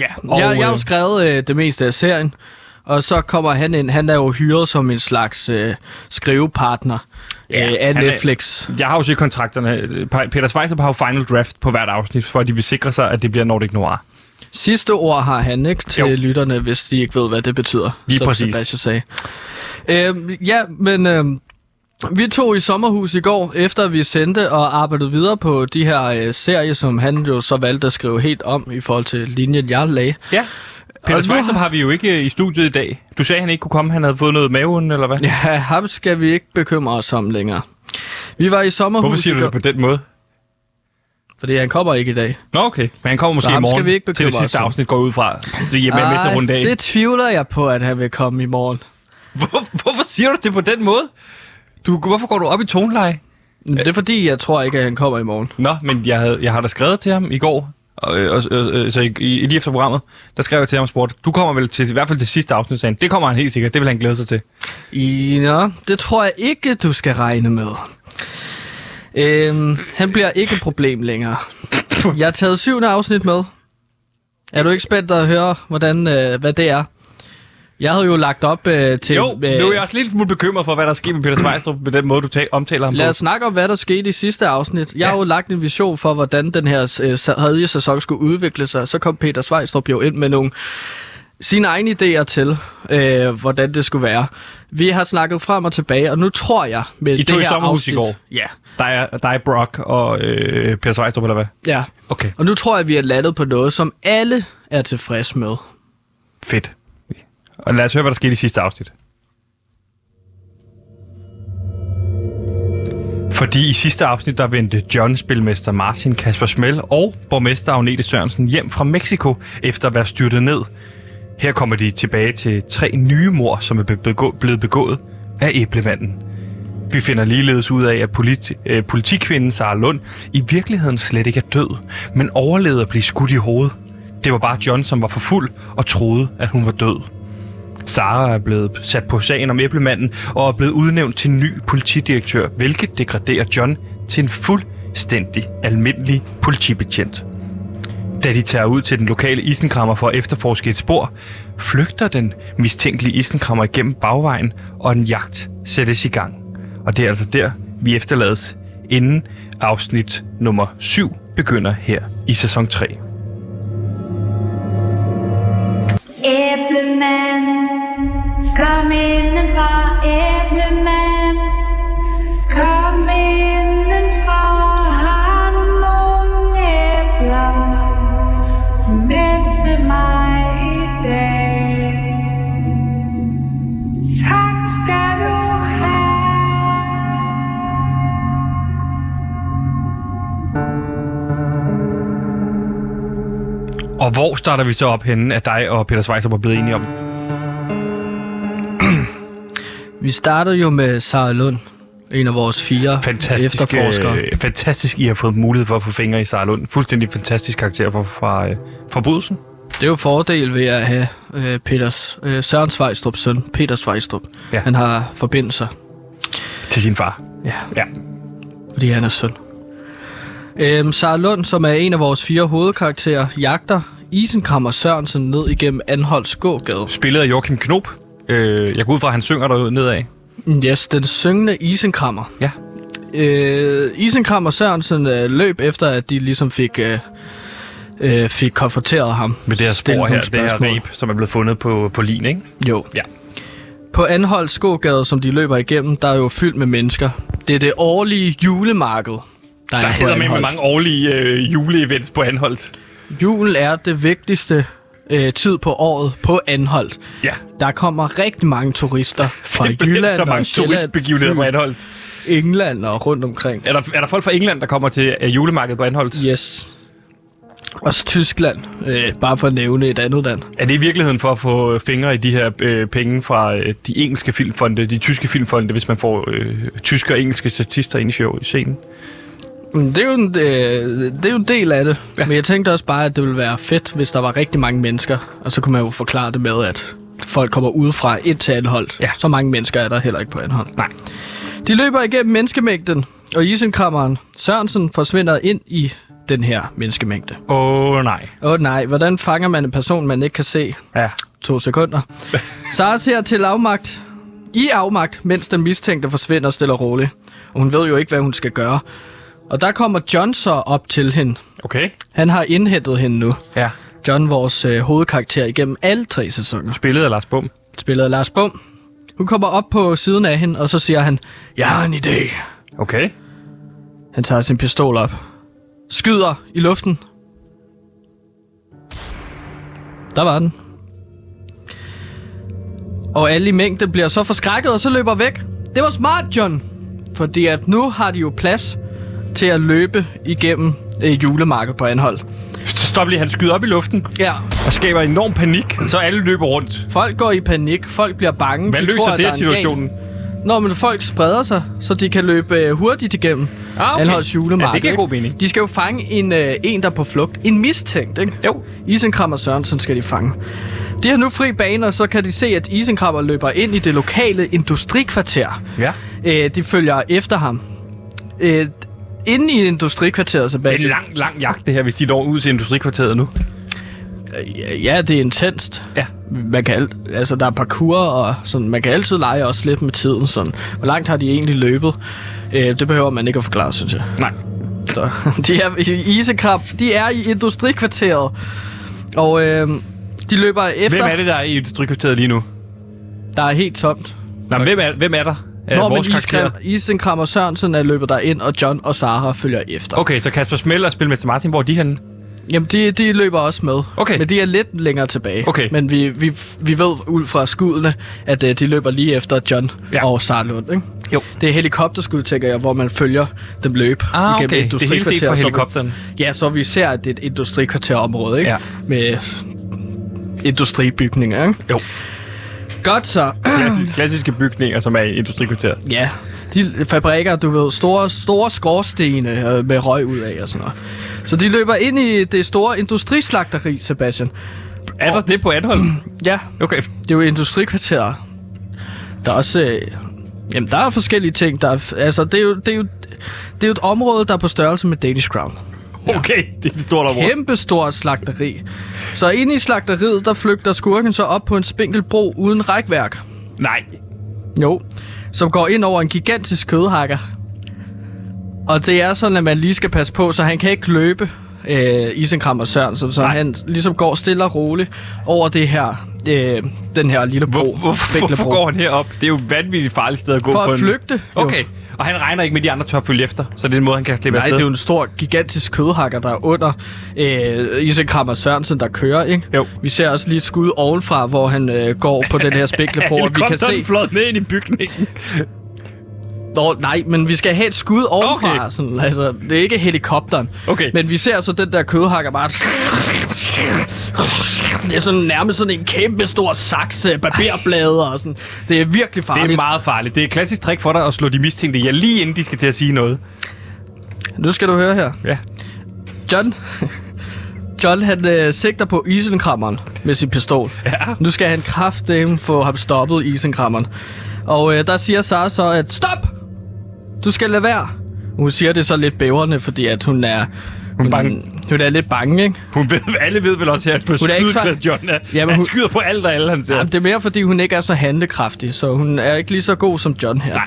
Speaker 2: Ja, og, jeg, jeg har jo
Speaker 1: øh,
Speaker 2: skrevet øh, det meste af serien, og så kommer han ind. Han er jo hyret som en slags øh, skrivepartner
Speaker 1: Ja,
Speaker 2: ja, øh, af
Speaker 1: han er-
Speaker 2: Netflix.
Speaker 1: Jeg har jo set kontrakterne. Pa- Peter Schweizer har jo final draft på hvert afsnit, for at de vil sikre sig, at det bliver Nordic Noir.
Speaker 2: Sidste ord har han ikke til
Speaker 1: Jo.
Speaker 2: jo. lytterne, hvis de ikke ved, hvad det betyder.
Speaker 1: Lige
Speaker 2: som
Speaker 1: præcis.
Speaker 2: Sebastian sagde. Øhm, ja, men øhm, vi tog i sommerhus i går, efter vi sendte og arbejdede videre på de her øh, serier, som han jo så valgte at skrive helt om i forhold til linjen, jeg lagde.
Speaker 1: Ja. Peter
Speaker 2: Og nu
Speaker 1: Schweizer
Speaker 2: har-
Speaker 1: har vi jo ikke øh, i studiet i dag. Du sagde, at han ikke kunne komme. Han havde fået noget maven, eller hvad?
Speaker 2: Ja, ham skal vi ikke bekymre os om længere. Vi var i sommerhus
Speaker 1: Hvorfor siger
Speaker 2: i
Speaker 1: du
Speaker 2: går-
Speaker 1: det på den måde?
Speaker 2: Fordi han kommer ikke i dag.
Speaker 1: Nå, okay. Men han kommer måske
Speaker 2: Nå,
Speaker 1: i
Speaker 2: men skal
Speaker 1: morgen
Speaker 2: vi ikke
Speaker 1: til det
Speaker 2: bekymre
Speaker 1: sidste
Speaker 2: os om.
Speaker 1: afsnit, går jeg ud fra. Så jeg er med til at runde af.
Speaker 2: det tvivler jeg på, at han vil komme i morgen.
Speaker 1: Hvor, hvorfor siger du det på den måde? Du, hvorfor går du op i toneleje?
Speaker 2: Men Det er fordi, jeg tror ikke, at han kommer i morgen.
Speaker 1: Nå, men jeg, havde, jeg har da skrevet til ham i går, og, øh, og, øh, øh, så i, i, lige efter programmet, der skrev jeg til ham og spurgte, du kommer vel til, i hvert fald til sidste afsnit, sagde han. Det kommer han helt sikkert, det vil han glæde sig til.
Speaker 2: I, nå, det tror jeg ikke, du skal regne med. Øhm, han bliver ikke et problem længere. Jeg har taget syvende afsnit med. Er du ikke spændt at høre, hvordan, øh, hvad det er? Jeg havde jo lagt op øh, til...
Speaker 1: jo, nu er jeg også lidt smule bekymret for, hvad der sker med Peter Svejstrup med den måde, du tal- omtaler ham
Speaker 2: Lad os
Speaker 1: på.
Speaker 2: snakke om, hvad der skete i sidste afsnit. Jeg ja. har jo lagt en vision for, hvordan den her øh, tredje sæson skulle udvikle sig. Så kom Peter Svejstrup jo ind med nogle sine egne idéer til, øh, hvordan det skulle være. Vi har snakket frem og tilbage, og nu tror jeg med
Speaker 1: I
Speaker 2: det
Speaker 1: tog i
Speaker 2: her
Speaker 1: sommerhus i
Speaker 2: afsnit,
Speaker 1: går.
Speaker 2: Ja,
Speaker 1: Dig, dig, Brock og øh, Peter Svejstrup, eller hvad?
Speaker 2: ja.
Speaker 1: Okay,
Speaker 2: Og nu tror jeg, vi er landet på noget, som alle er tilfredse med.
Speaker 1: fedt. Og lad os høre, hvad der skete i sidste afsnit. Fordi i sidste afsnit, der vendte John-spilmester Martin Kasper Smell og borgmester Agnete Sørensen hjem fra Mexico efter at være styrtet ned. Her kommer de tilbage til tre nye mor, som er be- begå- blevet begået af æblemanden. Vi finder ligeledes ud af, at polit- øh, politikvinden Sara Lund i virkeligheden slet ikke er død, men overlevede at blive skudt i hovedet. Det var bare John, som var for fuld og troede, at hun var død. Sara er blevet sat på sagen om æblemanden og er blevet udnævnt til ny politidirektør, hvilket degraderer John til en fuldstændig almindelig politibetjent. Da de tager ud til den lokale isenkrammer for at efterforske et spor, flygter den mistænkelige isenkrammer igennem bagvejen, og en jagt sættes i gang. Og det er altså der, vi efterlades, inden afsnit nummer 7 begynder her i sæson 3.
Speaker 6: Æblemand, kom indenfor, æblemand, kom indenfor, har du nogle æbler med til mig i dag? Tak skal du have.
Speaker 1: Og hvor starter vi så op henne, at dig og Peter Schweizer var blevet enige om?
Speaker 2: Vi startede jo med Sara Lund, en af vores fire
Speaker 1: Fantastisk,
Speaker 2: efterforskere.
Speaker 1: øh, fantastisk, I har fået mulighed for at få fingre i Sara Lund. Fuldstændig fantastisk karakter fra, fra øh, forbrydelsen.
Speaker 2: Det er jo fordel ved at have øh, Peters, øh, Søren Svejstrups søn, Peter Svejstrup.
Speaker 1: Ja.
Speaker 2: Ja. Han har forbindelser,
Speaker 1: Til sin far.
Speaker 2: ja,
Speaker 1: Ja.
Speaker 2: fordi han er søn. Øhm, Sara Lund, som er en af vores fire hovedkarakterer, jagter Isenkrammer Sørensen ned igennem Anholds gågade.
Speaker 1: Spillet af Joachim Knop. Øh, jeg går ud fra, at han synger derude nedad.
Speaker 2: Yes, den syngende Isenkrammer.
Speaker 1: Ja.
Speaker 2: Øh, Isenkrammer Sørensen øh, løb efter, at de ligesom fik, øh, øh, fik konfronteret ham.
Speaker 1: Med det her spor
Speaker 2: Stillede
Speaker 1: her,
Speaker 2: nogle
Speaker 1: det her
Speaker 2: spørgsmål.
Speaker 1: rape, som er blevet fundet på, på lin, ikke?
Speaker 2: Jo.
Speaker 1: Ja.
Speaker 2: På Anhold Skågade, som de løber igennem, der er jo fyldt med mennesker. Det er det årlige julemarked. Der,
Speaker 1: Der
Speaker 2: på
Speaker 1: hedder med, med
Speaker 2: Anholt.
Speaker 1: mange årlige øh, juleevents på Anholdt.
Speaker 2: Julen er det vigtigste øh, tid på året på Anholdt.
Speaker 1: Ja.
Speaker 2: Der kommer rigtig mange turister fra
Speaker 1: Simpelthen
Speaker 2: Jylland
Speaker 1: så mange
Speaker 2: og Sjælland,
Speaker 1: turistbegivenheder på
Speaker 2: Fyn,
Speaker 1: Anholdt.
Speaker 2: England og rundt omkring.
Speaker 1: Er der, er der folk fra England, der kommer til øh, julemarkedet på Anholdt?
Speaker 2: Yes. Også Tyskland, øh, bare for at nævne et andet land.
Speaker 1: Er det i virkeligheden for at få fingre i de her øh, penge fra øh, de engelske filmfonde, de tyske filmfonde, hvis man får øh, tyske og engelske statister ind i show i scenen?
Speaker 2: Men Det er jo en, øh, det er jo en del af det. Ja. Men jeg tænkte også bare, at det ville være fedt, hvis der var rigtig mange mennesker. Og så kunne man jo forklare det med, at folk kommer udefra ind til Anholdt.
Speaker 1: Ja.
Speaker 2: Så mange mennesker er der heller ikke på Anholdt.
Speaker 1: Nej.
Speaker 2: De løber igennem menneskemængden, og isenkrammeren Sørensen forsvinder ind i den her menneskemængde.
Speaker 1: Åh oh, nej.
Speaker 2: Åh nej, hvordan fanger man en person, man ikke kan se?
Speaker 1: Ja.
Speaker 2: To sekunder. Sara ser til afmagt. I afmagt, mens den mistænkte forsvinder stille og roligt. Og hun ved jo ikke, hvad hun skal gøre. Og der kommer John så op til hende.
Speaker 1: Okay.
Speaker 2: Han har indhentet hende nu.
Speaker 1: Ja.
Speaker 2: John, vores øh, hovedkarakter igennem alle tre sæsoner,
Speaker 1: Spillet af Lars Bum.
Speaker 2: spillet af Lars Bum. Hun kommer op på siden af hende, og så siger han, Jeg har en idé.
Speaker 1: Okay.
Speaker 2: Han tager sin pistol op. Skyder i luften. Der var den. Og alle i mængden bliver så forskrækket, og så løber væk. Det var smart, John. Fordi at nu har de jo plads til at løbe igennem øh, julemarkedet på Anhold.
Speaker 1: Stop lige, han skyder op i luften
Speaker 2: Ja,
Speaker 1: og skaber enorm panik, så alle løber rundt.
Speaker 2: folk går i panik, folk bliver bange.
Speaker 1: Hvad
Speaker 2: de
Speaker 1: løser
Speaker 2: tror, at
Speaker 1: det af
Speaker 2: der er en gang.
Speaker 1: situationen?
Speaker 2: Nå, men folk spreder sig, så de kan løbe øh, hurtigt igennem
Speaker 1: Ah, okay.
Speaker 2: Anholds julemarked.
Speaker 1: Ja, det giver
Speaker 2: ikke?
Speaker 1: god mening.
Speaker 2: De skal jo fange en, øh, en, der er på flugt. En mistænkt, ikke?
Speaker 1: Jo.
Speaker 2: Isenkram og Sørensen skal de fange. De har nu fri bane, og så kan de se, at Isenkrammer løber ind i det lokale industrikvarter.
Speaker 1: Ja.
Speaker 2: Øh, de følger efter ham. Øh, inde i industrikvarteret,
Speaker 1: Det er
Speaker 2: Sebastian.
Speaker 1: en lang, lang jagt, det her, hvis de når ud til industrikvarteret nu.
Speaker 2: Ja, Ja, det er intenst.
Speaker 1: Ja.
Speaker 2: Man kan alt, altså, der er parkour, og sådan, man kan altid lege også lidt med tiden. Sådan. Hvor langt har de egentlig løbet? Øh, det behøver man ikke at forklare, synes jeg.
Speaker 1: Nej.
Speaker 2: Så, de er i Isekrab. De er i industrikvarteret. Og øh, de løber efter.
Speaker 1: Hvem er det, der er i industrikvarteret lige nu? Nej,
Speaker 2: Der er helt tomt.
Speaker 1: men hvem er, hvem er der? af
Speaker 2: Når
Speaker 1: vores karakterer?
Speaker 2: men Isenkram og Sørensen er løbet der ind, og John og Sara følger efter.
Speaker 1: Okay, så Kasper Smell og Spilmester Martin, hvor er de henne?
Speaker 2: Jamen, de, de løber også med.
Speaker 1: Okay.
Speaker 2: Men de er lidt længere tilbage.
Speaker 1: Okay.
Speaker 2: Men vi, vi, vi ved ud fra skuddene, at uh, de løber lige efter John
Speaker 1: Ja.
Speaker 2: ja. og Sarlund, ikke?
Speaker 1: Jo.
Speaker 2: Det er helikopterskud, tænker jeg, hvor man følger dem løbe
Speaker 1: Ah,
Speaker 2: igennem
Speaker 1: okay.
Speaker 2: et
Speaker 1: Det er hele set
Speaker 2: industrikvarter.
Speaker 1: fra
Speaker 2: så vi-
Speaker 1: helikopteren.
Speaker 2: Ja, så vi ser, at det er et industrikvarterområde, ikke?
Speaker 1: Ja.
Speaker 2: Med industribygninger, ikke?
Speaker 1: Jo.
Speaker 2: Godt så.
Speaker 1: Klassiske, klassiske bygninger, som er i industrikvarteret.
Speaker 2: ja. De fabrikker, du ved, store, store skorstene øh, med røg ud af og sådan noget. Så de løber ind i det store industrislagteri, Sebastian.
Speaker 1: Er der det på Anhold?
Speaker 2: Ja,
Speaker 1: Okay.
Speaker 2: det er jo industrikvarterer. Der er også... Øh, jamen, der er forskellige ting. Der er, f- altså, det er, jo, det, er jo, det er jo et område, der er på størrelse med Danish Crown.
Speaker 1: Okay, det er et stort område.
Speaker 2: Kæmpestort slagteri. Så inde i slagteriet, der flygter skurken så op på en spinkel bro uden rækværk.
Speaker 1: Nej.
Speaker 2: Jo. Som går ind over en gigantisk kødhakker. Og det er sådan, at man lige skal passe på, så han kan ikke løbe øh, Isenkram og Sørensen. Så han ligesom går stille og roligt over det her, øh, den her lille bro.
Speaker 1: Hvor, hvor, hvorfor
Speaker 2: Spinkelbro.
Speaker 1: går han herop? Det er jo et vanvittigt farligt sted at gå
Speaker 2: For at
Speaker 1: en-
Speaker 2: flygte, jo.
Speaker 1: Okay, og han regner ikke med, at de andre tør at følge efter, så det er en måde, han kan slippe
Speaker 2: Nej,
Speaker 1: afsted.
Speaker 2: det er jo en stor, gigantisk kødhakker, der er under øh, Isekram og Sørensen, der kører, ikke?
Speaker 1: Jo.
Speaker 2: Vi ser også lige et skud ovenfra, hvor han øh, går på den her spinkle på, og vi kan se...
Speaker 1: flot ned ind i bygningen.
Speaker 2: Nå, nej, men vi skal have et skud ovenfra,
Speaker 1: Okay.
Speaker 2: okay. sådan, altså, det er ikke helikopteren.
Speaker 1: Okay.
Speaker 2: Men vi ser så den der kødhakker bare... Det er sådan nærmest sådan en kæmpe stor sakse, barberblader og sådan. Det er virkelig farligt.
Speaker 1: Det er meget farligt. Det er et klassisk trick for dig at slå de mistænkte ihjel, lige inden de skal til at sige noget.
Speaker 2: Nu skal du høre her.
Speaker 1: Ja.
Speaker 2: John, John han øh, sigter på isenkrammeren med sin pistol. Ja. Nu skal han kraftedeme få ham stoppet isenkrammeren. Og øh, der siger Sara så, at stop! Du skal lade være. Hun siger det så lidt bævrende, fordi at hun er... Hun
Speaker 1: er bange.
Speaker 2: Hun er lidt bange, ikke?
Speaker 1: Hun ved, alle ved vel også, at han
Speaker 2: Hun er ikke så-
Speaker 1: skyder John. Er,
Speaker 2: Jamen,
Speaker 1: han
Speaker 2: hun-
Speaker 1: skyder på alt og alle, han ser.
Speaker 2: Jamen, det er mere, fordi hun ikke er så handlekraftig, så hun er ikke lige så god som John her. Nej.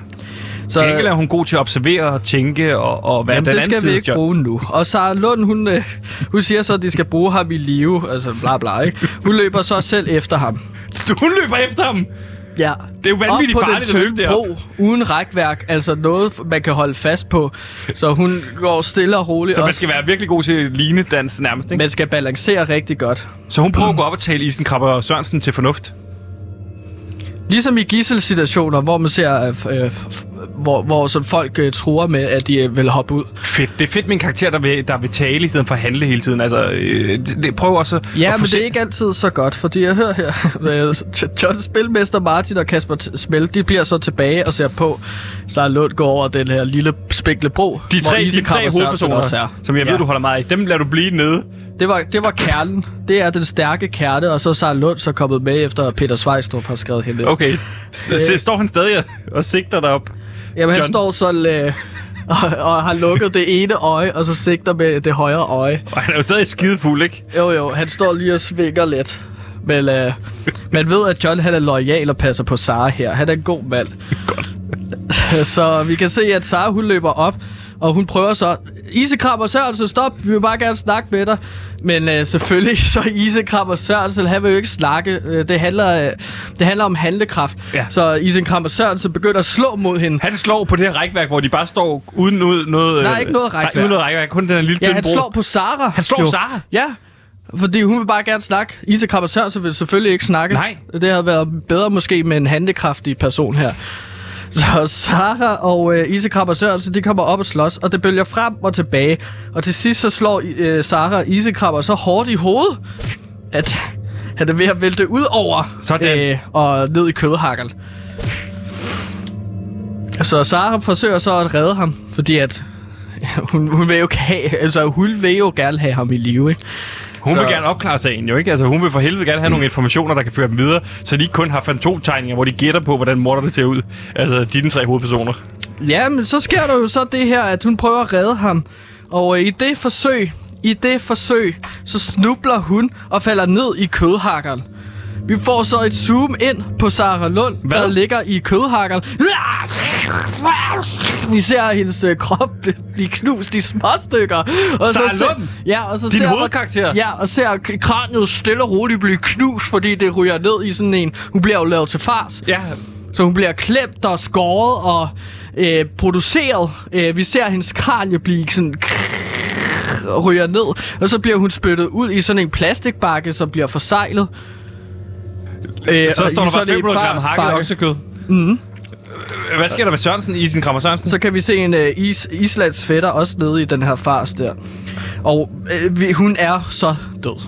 Speaker 2: Så, øh,
Speaker 1: Til gengæld er hun god til at observere og tænke og, og være
Speaker 2: Jamen,
Speaker 1: den
Speaker 2: det
Speaker 1: anden
Speaker 2: skal
Speaker 1: side,
Speaker 2: vi ikke
Speaker 1: John.
Speaker 2: bruge nu. Og Sara Lund, hun, øh, hun siger så, at de skal bruge ham i live. Altså, bla bla, ikke? Hun løber så selv efter ham.
Speaker 1: Hun løber efter ham.
Speaker 2: Ja.
Speaker 1: Det er jo vanvittigt
Speaker 2: Op på
Speaker 1: farligt at
Speaker 2: den
Speaker 1: løbe
Speaker 2: tynde
Speaker 1: derop.
Speaker 2: bro, uden rækværk, altså noget, f- man kan holde fast på. Så hun går stille og roligt.
Speaker 1: Så man
Speaker 2: også.
Speaker 1: skal være virkelig god til linedans nærmest, ikke?
Speaker 2: man skal balancere rigtig godt.
Speaker 1: Så hun prøver at gå op og tale Isenkrabber og Sørensen til fornuft.
Speaker 2: Ligesom i gisselsituationer, hvor man ser, øh, f- øh, f- hvor, hvor sådan folk øh, truer med, at de øh, vil hoppe ud.
Speaker 1: Fedt. Det er fedt med en karakter, der vil, der vil tale i stedet for at handle hele tiden. Altså, øh, det, det prøv også at-
Speaker 2: Ja,
Speaker 1: at
Speaker 2: men
Speaker 1: forse-
Speaker 2: det er ikke altid så godt, fordi jeg hører her, øh, John Spilmester Martin og Kasper T- Smelt, de bliver så tilbage og ser på, så Lund går over den her lille spinkle bro,
Speaker 1: De tre,
Speaker 2: hvor
Speaker 1: de
Speaker 2: Isekamp
Speaker 1: tre
Speaker 2: og Sørensen også
Speaker 1: hovedpersoner,
Speaker 2: er.
Speaker 1: som jeg ved, du holder meget af, dem lader du blive nede.
Speaker 2: Det var, det var kernen. Det er den stærke kerne, og så er Søren Lund så kommet med, efter Peter Svejstrup har skrevet hende ned.
Speaker 1: Okay. Så øh. står han stadig og- og sigter dig op.
Speaker 2: Jamen, han
Speaker 1: John.
Speaker 2: står sådan øh, og, og har lukket det ene øje, og så sigter med det højre øje.
Speaker 1: Og han er jo stadig skidefuld, ikke?
Speaker 2: Jo, jo, han står lige og svinger lidt. Men øh, man ved, at John han er lojal og passer på Sara her. Han er en god mand. Godt. så vi kan se, at Sara hun løber op, og hun prøver så... Isekram og Sørensen, stop! Vi vil bare gerne snakke med dig. Men øh, selvfølgelig, så Isekram og Sørensen, han vil jo ikke snakke. Øh, det, handler, øh, det handler om handlekraft.
Speaker 1: Ja.
Speaker 2: Så Isekram og Sørensen begynder at slå mod hende.
Speaker 1: Han slår på det her rækværk, hvor de bare står uden noget... noget
Speaker 2: Der er
Speaker 1: øh,
Speaker 2: ikke noget
Speaker 1: nej,
Speaker 2: rækværk.
Speaker 1: Uden noget rækværk, kun den her lille
Speaker 2: Ja,
Speaker 1: tynde
Speaker 2: han
Speaker 1: bro.
Speaker 2: slår på Sara.
Speaker 1: Han slår Sara?
Speaker 2: Ja, fordi hun vil bare gerne snakke. Isa Krabber Sørensen vil selvfølgelig ikke snakke.
Speaker 1: Nej.
Speaker 2: Det havde været bedre måske med en handekraftig person her. Så Sara og øh, Isekrab og Sørensen, de kommer op og slås, og det bølger frem og tilbage. Og til sidst så slår øh, Sara Isekrabber så hårdt i hovedet, at han er ved at vælte ud over øh,
Speaker 1: Sådan.
Speaker 2: og ned i kødhakken. Så Sara forsøger så at redde ham, fordi at hun, hun vil jo ikke have, altså hun vil jo gerne have ham i live, ikke?
Speaker 1: Hun så.
Speaker 2: Så-
Speaker 1: vil gerne opklare sagen, jo ikke? Altså, hun vil for helvede gerne have nogle informationer, der kan føre dem videre, så de ikke kun har fantomtegninger, hvor de gætter på, hvordan morderne ser ud. Altså, dine tre hovedpersoner.
Speaker 2: Ja, men så sker der jo så det her, at hun prøver at redde ham. Og øh, i det forsøg, i det forsøg, så snubler hun og falder ned i kødhakkeren. Vi får så et zoom ind på Sara Lund, Hvad? der ligger i kødhakkeren. Vi ser hendes øh, krop blive knust i småstykker. Og
Speaker 1: Sara
Speaker 2: ser-
Speaker 1: Lund?
Speaker 2: Ja, og så
Speaker 1: Din
Speaker 2: ser man-
Speaker 1: hovedkarakter?
Speaker 2: Ja, og ser k- kraniet stille og roligt blive knust, fordi det ryger ned i sådan en... Hun bliver jo lavet til fars.
Speaker 1: Ja,
Speaker 2: Så hun bliver klemt og skåret og øh, produceret. Øh, vi ser hendes kranie blive sådan krrrr og ryger ned, og så bliver hun spyttet ud i sådan en plastikbakke, som bliver forseglet. Øh,
Speaker 1: så
Speaker 2: og
Speaker 1: står
Speaker 2: i
Speaker 1: der bare
Speaker 2: sådan en
Speaker 1: 500 gram hakket
Speaker 2: farsbakke.
Speaker 1: oksekød. Mm. Hvad sker der med Sørensen, Isen Krammer Sørensen?
Speaker 2: Mhm. Så kan vi se en øh, is, islands fætter også nede i den her fars der. Og øh, vi, hun er så død.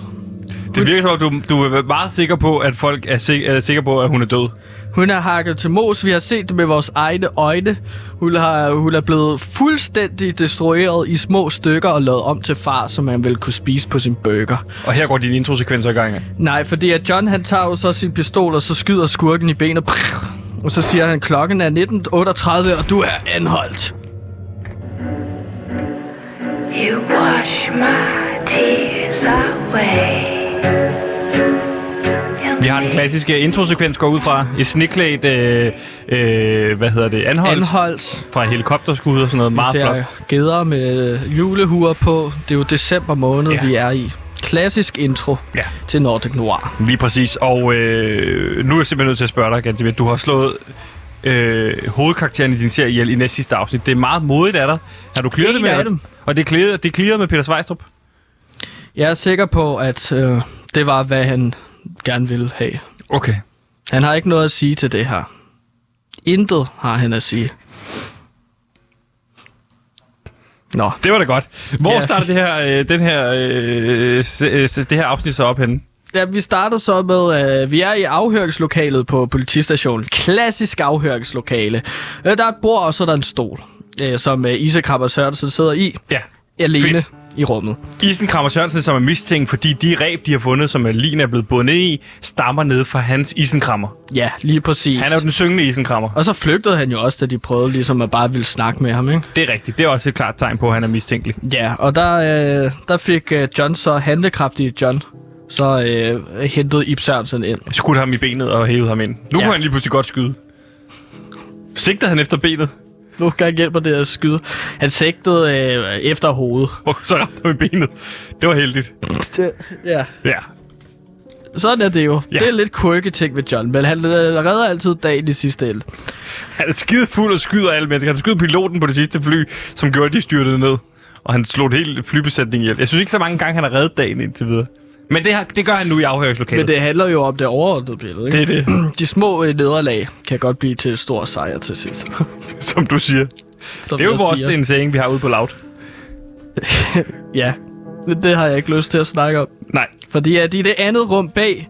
Speaker 1: Det virker som om, du, du er meget sikker på, at folk er, sik- er sikre på, at hun er død.
Speaker 2: Hun er hakket til mos, vi har set det med vores egne øjne. Hun, har, hun er blevet fuldstændig destrueret i små stykker og lavet om til far, som man vil kunne spise på sin burger.
Speaker 1: Og her går dine introsekvenser i gang.
Speaker 2: Nej, fordi at John han tager jo så sin pistol, og så skyder skurken i benet. Prrr. Og så siger han, klokken er 19.38, og du er anholdt.
Speaker 5: You wash my tears away.
Speaker 1: Vi har den klassiske introsekvens går ud fra et sneklædt, øh, øh, hvad hedder det, anholdt,
Speaker 2: Anholdt.
Speaker 1: fra helikopterskud og sådan noget. Meget
Speaker 2: Vi
Speaker 1: flot.
Speaker 2: ser geder med øh, julehuer på. Det er jo december måned,
Speaker 1: Ja.
Speaker 2: vi er i. Klassisk intro
Speaker 1: Ja.
Speaker 2: til Nordic Noir.
Speaker 1: Lige præcis. Og øh, nu er jeg simpelthen nødt til at spørge dig, Gantimet. Du har slået øh, hovedkarakteren i din serie ihjel i næst sidste afsnit. Det er meget modigt af dig. Har du clearet
Speaker 2: En
Speaker 1: det med
Speaker 2: af dem.
Speaker 1: Og det er clearet, det er clearet med Peter Svejstrup.
Speaker 2: Jeg er sikker på, at øh, det var, hvad han gerne ville have.
Speaker 1: Okay.
Speaker 2: Han har ikke noget at sige til det her. Intet har han at sige. Nå,
Speaker 1: Det var da godt. Hvor
Speaker 2: Ja.
Speaker 1: yeah. starter det her, øh, den her, øh, se- øh, se- det her afsnit så op henne?
Speaker 2: Ja, vi starter så med, øh, vi er i afhøringslokalet på politistationen. Klassisk afhøringslokale. Øh, der er et bord, og så er der en stol, øh, som øh, Isakrab og Sørensen sidder i,
Speaker 1: Ja.
Speaker 2: alene
Speaker 1: Fedt.
Speaker 2: i rummet.
Speaker 1: Isenkrammer Sørensen, som er mistænkt, fordi de ræb, de har fundet, som Alin er blevet bundet i, stammer ned fra hans isenkrammer.
Speaker 2: Ja, lige præcis.
Speaker 1: Han er jo den syngende isenkrammer.
Speaker 2: Og så flygtede han jo også, da de prøvede ligesom at bare ville snakke med ham, ikke?
Speaker 1: Det er rigtigt. Det er også et klart tegn på, at han er mistænkelig.
Speaker 2: Ja, og der, øh, der fik øh, John så handlekraftige John, så øh, hentede Ip Sørensen ind.
Speaker 1: skudt ham i benet og hævede ham ind. Nu ja.
Speaker 2: Ja.
Speaker 1: kunne han lige pludselig godt skyde. Sigtede han efter benet,
Speaker 2: Nu kan jeg hjælpe det at skyde. Han sigtede øh, efter hovedet.
Speaker 1: og så ramte ham i benet. Det var heldigt.
Speaker 2: Ja.
Speaker 1: Ja.
Speaker 2: Sådan er det jo.
Speaker 1: Ja.
Speaker 2: Ja. Det er lidt quirky ting ved John, men han øh, redder altid dagen i sidste ende.
Speaker 1: Han er skide fuld og skyder alle mennesker. Han skyder piloten på det sidste fly, som gjorde, at de styrtede ned. Og han slog et helt flybesætning ihjel. Jeg synes ikke så mange gange, han har reddet dagen indtil videre. Men det, har, det gør han nu i afhøringslokalet.
Speaker 2: Men det handler jo om det overordnede billede, ikke?
Speaker 1: det er det,
Speaker 2: De små øh, nederlag kan godt blive til stor sejr til sidst. Som
Speaker 1: som du siger. Det er jo
Speaker 2: jeg
Speaker 1: vores
Speaker 2: siger.
Speaker 1: det er en saying, vi har ude på laut.
Speaker 2: Ja, Men det har jeg ikke lyst til at snakke om.
Speaker 1: Nej.
Speaker 2: Fordi at i det andet rum bag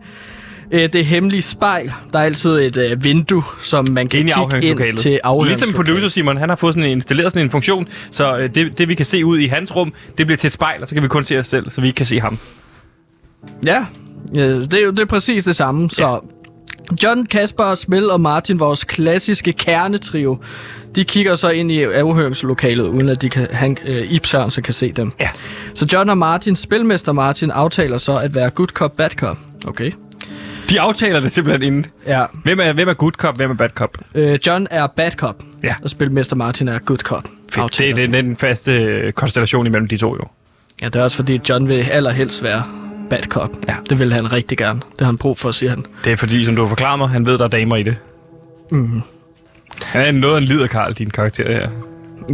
Speaker 2: øh, det hemmelige spejl, der er altid et øh, vindue, som man kan
Speaker 1: Ind i
Speaker 2: kigge ind
Speaker 1: afhøringslokalet.
Speaker 2: til afhøringslokalet.
Speaker 1: Ligesom producer Simon, han har fået sådan en, installeret sådan en funktion, så øh, det, det, vi kan se ud i hans rum, det bliver til et spejl, og så kan vi kun se os selv, så vi ikke kan se ham.
Speaker 2: Ja, øh, det er jo det er præcis det samme, så... John, Kasper, Smil og Martin, vores klassiske kernetrio, de kigger så ind i afhøringslokalet, uden at de kan, han, øh, Ip Sørensen kan se dem.
Speaker 1: Ja.
Speaker 2: Så John og Martin, spilmester Martin, aftaler så at være good cop, bad cop. Okay.
Speaker 1: De aftaler det simpelthen inden.
Speaker 2: Ja.
Speaker 1: Hvem er, hvem er good cop, hvem er bad cop?
Speaker 2: Øh, John er bad cop,
Speaker 1: Ja.
Speaker 2: og spilmester Martin er good cop.
Speaker 1: Fedt. Det,
Speaker 2: Aftaler
Speaker 1: det, det er den faste øh, konstellation imellem de to jo.
Speaker 2: Ja, det er også fordi, John vil allerhelst være bad cop. Ja. Det vil han rigtig gerne. Det har han brug for, siger han.
Speaker 1: Det er fordi, som du har forklaret mig, han ved, der er damer i det. Mm. Han er noget af en lider, Karl, din karakter her.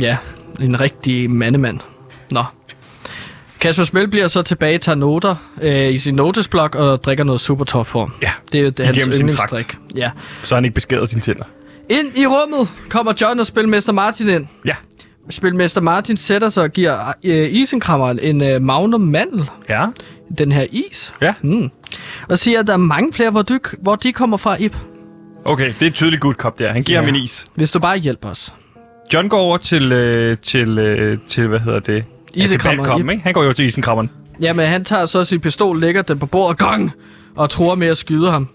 Speaker 2: Ja, en rigtig mandemand. Nå. Kasper Smøl bliver så tilbage, tager noter øh, i sin notesblok og drikker noget super for.
Speaker 1: Ja,
Speaker 2: Det er jo det, hans
Speaker 1: igennem sin
Speaker 2: yndlingsdrik.
Speaker 1: trakt.
Speaker 2: Ja.
Speaker 1: Så har han ikke beskæret sine tænder.
Speaker 2: Ind i rummet kommer John og spilmester Martin ind.
Speaker 1: Ja.
Speaker 2: Spilmester Martin sætter sig og giver øh, isenkrammeren en øh, magnum mandel.
Speaker 1: Ja.
Speaker 2: Den her is.
Speaker 1: Ja.
Speaker 2: Mm. Og siger, at der er mange flere, hvor, du, hvor de kommer fra, Ip.
Speaker 1: Okay, det er et tydeligt good cop der. Han giver ja. ham en is.
Speaker 2: Hvis du bare hjælper os.
Speaker 1: John går over til, øh, til, øh, til hvad hedder det?
Speaker 2: Isenkrammer,
Speaker 1: Ja, til Balcom,
Speaker 2: Ip.
Speaker 1: ikke? Han går jo til isenkrammeren.
Speaker 2: Jamen, han tager så sin pistol, lægger den på bordet, gong, og tror med at skyde ham.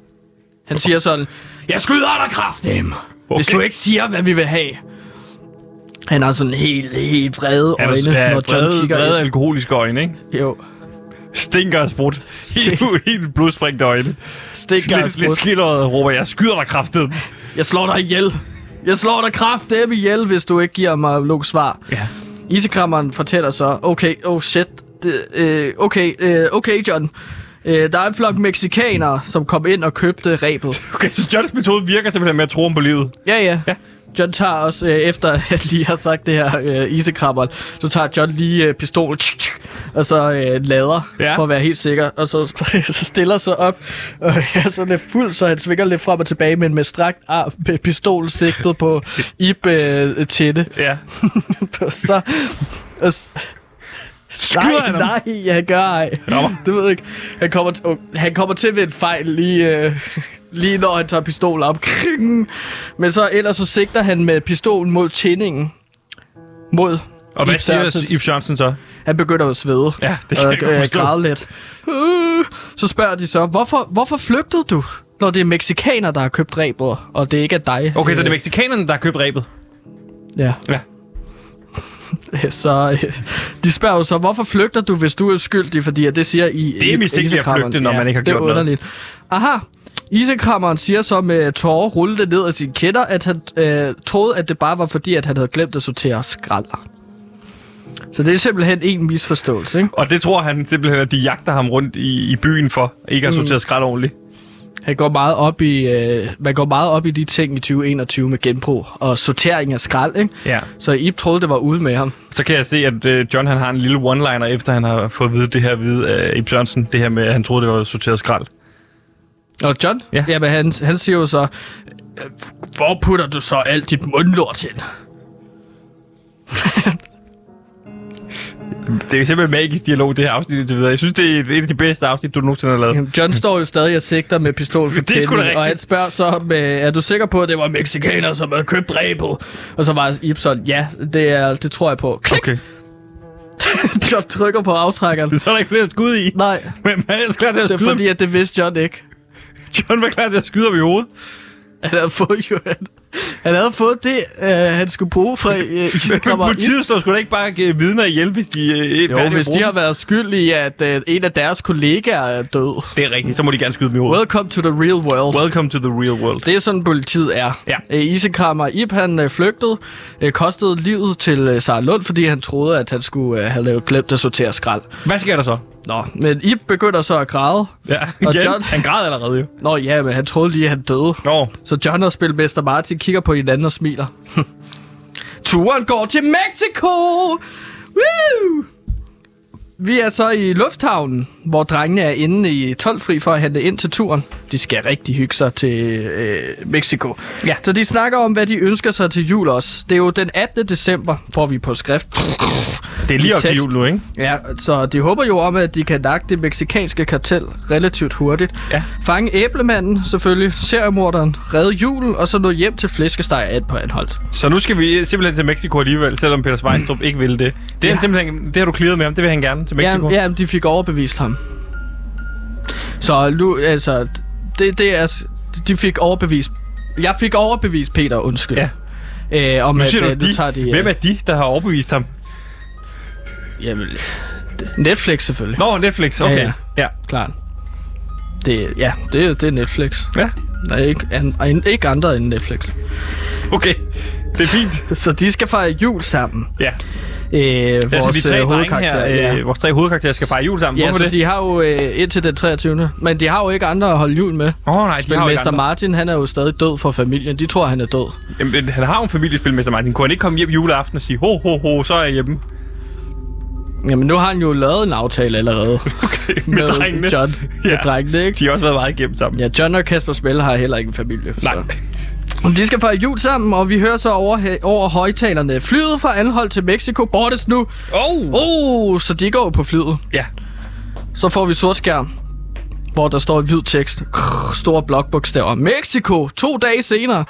Speaker 2: Han siger sådan, Jeg skyder dig kraftedeme, okay. hvis
Speaker 1: Okay.
Speaker 2: du ikke siger, hvad vi vil have. Han har sådan helt, helt vrede
Speaker 1: Han
Speaker 2: øjne,
Speaker 1: er
Speaker 2: når John
Speaker 1: brede,
Speaker 2: kigger
Speaker 1: brede
Speaker 2: ind.
Speaker 1: alkoholiske øjne, ikke?
Speaker 2: Jo,
Speaker 1: Stinker og sprudt. Helt, helt blodsprængte øjne.
Speaker 2: stik
Speaker 1: Lidt, lidt skildret råber, jeg skyder dig kraftet.
Speaker 2: Jeg slår dig ihjel. Jeg slår dig kraftedeme ihjel, hvis du ikke giver mig luk svar.
Speaker 1: Ja.
Speaker 2: Isekrammeren fortæller så, okay, oh shit, det, øh, okay, øh, okay John. Øh, der er en flok mexikanere, som kom ind og købte rebet.
Speaker 1: Okay, så Johns metode virker simpelthen med at tro ham på livet.
Speaker 2: Ja, ja. ja. John tager også, øh, efter at lige har sagt det her øh, isekrabber, så tager John lige øh, pistolen, tsk, tsk, og så øh, lader, ja.
Speaker 1: Ja.
Speaker 2: for at være helt sikker, og så, så stiller sig op, og er sådan lidt fuld, så han svinger lidt frem og tilbage, men med strakt arm, med pistol sigtet på Ib øh, tætte.
Speaker 1: Ja.
Speaker 2: og så... Og, s-
Speaker 1: Skyder han ham?
Speaker 2: nej, nej, han gør ej.
Speaker 1: Rammer.
Speaker 2: Det ved jeg ikke. Han kommer, t- oh, han kommer til ved en fejl lige, øh, lige når han tager pistolen op. Kring. Men så ellers så sigter han med pistolen mod tændingen. Mod
Speaker 1: Og hvad
Speaker 2: Ib Sørensens-
Speaker 1: siger Ib Sørensen så?
Speaker 2: Han begynder at svede.
Speaker 1: Ja, det kan
Speaker 2: og,
Speaker 1: jeg godt
Speaker 2: øh,
Speaker 1: forstå.
Speaker 2: græde lidt. Øh, Så spørger de så, hvorfor, hvorfor flygtede du, når det er meksikaner, der har købt rebet, og det ikke er dig?
Speaker 1: Okay, så det er
Speaker 2: Øh,
Speaker 1: mexikanerne, der har købt rebet.
Speaker 2: Ja.
Speaker 1: Ja.
Speaker 2: Så øh, de spørger jo så, hvorfor flygter du, hvis du er skyldig? Fordi at det siger I...
Speaker 1: Det er mistænkeligt at
Speaker 2: isekrammeren.
Speaker 1: flygte, når man ikke har
Speaker 2: det er
Speaker 1: gjort noget.
Speaker 2: underligt. Aha. Isekrammeren siger så med tårer rullende ned af sine kætter, at han øh, troede, at det bare var fordi, at han havde glemt at sortere skralder. Så det er simpelthen en misforståelse, ikke?
Speaker 1: Og det tror han simpelthen, at de jagter ham rundt i, i byen for. Ikke
Speaker 2: Mm.
Speaker 1: at sortere skrald ordentligt.
Speaker 2: Han går meget op i, øh, man går meget op i de ting i 2021 med genbrug og sortering af skrald, ikke?
Speaker 1: Ja.
Speaker 2: Så Ib troede, det var ude med ham.
Speaker 1: Så kan jeg se, at øh, John han har en lille one-liner, efter han har fået at vide det her ved af Ib Sørensen. Det her med, at han troede, det var sorteret skrald.
Speaker 2: Og John?
Speaker 1: Ja.
Speaker 2: Jamen, han, han siger jo så, "Øh, hvor putter du så alt dit mundlort hen?
Speaker 1: Det er simpelthen magisk dialog, det her afsnit indtil videre. Jeg synes, det er et af de bedste afsnit, du nogensinde har lavet.
Speaker 2: Jamen, John står jo stadig og sigter med pistol for
Speaker 1: Det er sgu da
Speaker 2: tænding, og han
Speaker 1: rigtigt.
Speaker 2: spørger så, om, øh, er du sikker på, at det var mexikanere, som havde købt rebet? Og så var Ibsen, ja, det, er, det tror jeg på. Klik!
Speaker 1: Okay.
Speaker 2: John trykker på aftrækkeren.
Speaker 1: Så er der ikke flere skud i.
Speaker 2: Nej,
Speaker 1: Men man er ellers klar til at
Speaker 2: det er
Speaker 1: skyde
Speaker 2: fordi, at det vidste John ikke.
Speaker 1: ham. John var klar til at skyde ham i hovedet.
Speaker 2: Han havde fået, jo, han, han havde fået det, øh, han skulle bruge fra øh,
Speaker 1: Men
Speaker 2: isekrabber.
Speaker 1: politiet står sgu da ikke bare øh, vidner ihjel, hvis de... Øh,
Speaker 2: Jo, hvis de har været skyldige, i, at øh, en af deres kollegaer er død.
Speaker 1: Det er rigtigt, så må de gerne skyde dem i hovedet.
Speaker 2: Welcome to the real world.
Speaker 1: Welcome to the real world.
Speaker 2: Det er sådan, politiet er.
Speaker 1: Ja.
Speaker 2: Øh, Isenkrammer Ip, han øh, flygtede, øh, kostede livet til øh, Sarah Lund, fordi han troede, at han skulle øh, have lavet glemt at sortere skrald.
Speaker 1: Hvad sker der så?
Speaker 2: Nå, men Ip begynder så at græde.
Speaker 1: Ja,
Speaker 2: Og
Speaker 1: igen.
Speaker 2: John-
Speaker 1: Han græd allerede jo.
Speaker 2: Nå ja, men han troede lige, at han døde.
Speaker 1: Nå,
Speaker 2: Så John og spilmester Martin kigger på hinanden og smiler. Turen går til Mexico! Woo! Vi er så i lufthavnen, hvor drengene er inde i 12 fri for at handle ind til turen. De skal rigtig hygge sig til øh, Mexico. Ja. Så de snakker om, hvad de ønsker sig til jul også. Det er jo den 18. december, får vi på skrift.
Speaker 1: det er lige
Speaker 2: I
Speaker 1: op til
Speaker 2: tekst.
Speaker 1: jul nu, ikke?
Speaker 2: Ja, så de håber jo om, at de kan nakke det meksikanske kartel relativt hurtigt.
Speaker 1: Ja.
Speaker 2: Fange æblemanden selvfølgelig, seriemorderen, redde julen, og så nå hjem til flæskesteg alt på anholdt.
Speaker 1: Så nu skal vi simpelthen til Mexico alligevel, selvom Peter Svejstrup ikke ville det. Det, er
Speaker 2: Ja.
Speaker 1: ja. simpelthen, det har du clearet med ham, det vil han gerne til Mexico.
Speaker 2: Ja, ja, de fik overbevist ham. Så nu, altså, det, det er, s- de fik overbevist. Jeg fik overbevist Peter, undskyld.
Speaker 1: Ja.
Speaker 2: Øh, om
Speaker 1: Nu
Speaker 2: at,
Speaker 1: siger
Speaker 2: øh,
Speaker 1: du,
Speaker 2: nu tager
Speaker 1: de,
Speaker 2: de, øh,
Speaker 1: hvem er de, der har overbevist ham?
Speaker 2: jamen, Netflix selvfølgelig,
Speaker 1: Nå, Netflix, okay.
Speaker 2: ja.
Speaker 1: Ja, ja.
Speaker 2: klart. Det, ja, det, det er Netflix.
Speaker 1: ja.
Speaker 2: Der er ikke, an, an, ikke andre end Netflix.
Speaker 1: okay. Det er fint.
Speaker 2: Så de skal fejre jul sammen.
Speaker 1: Ja.
Speaker 2: Øh, vores
Speaker 1: Altså, de tre drenge
Speaker 2: øh,
Speaker 1: her,
Speaker 2: hovedkarakterer. ja.
Speaker 1: øh, vores tre hovedkarakterer skal fejre jul sammen.
Speaker 2: Ja,
Speaker 1: Hvorfor
Speaker 2: så
Speaker 1: det?
Speaker 2: de har jo øh, indtil den 23. Men de har jo ikke andre at holde jul med.
Speaker 1: Åh oh, nej, de har jo ikke
Speaker 2: Spilmester
Speaker 1: andre.
Speaker 2: Martin, han er jo stadig død for familien. De tror, han er død.
Speaker 1: Jamen, han har jo en familiespil med sig, Martin. Kunne han ikke komme hjem juleaften og sige, ho, ho, ho, så er jeg hjemme
Speaker 2: Jamen, nu har han jo lavet en aftale allerede.
Speaker 1: okay, med, med drengene?
Speaker 2: John. Ja.
Speaker 1: Ja.
Speaker 2: Med drengene, ikke?
Speaker 1: De har også været meget igennem sammen.
Speaker 2: Ja, John og Kasper Smell har heller ikke en familie.
Speaker 1: Nej.
Speaker 2: Så. De skal fejre jul sammen, og vi hører så over, over højtalerne. Flyet fra Anhold til Mexico bortes nu.
Speaker 1: Oh.
Speaker 2: Oh, så de går jo på flyet.
Speaker 1: Ja.
Speaker 2: Så får vi sort skærm, hvor der står en hvid tekst. Krrr, store blokbogstaver. Mexico, to dage senere.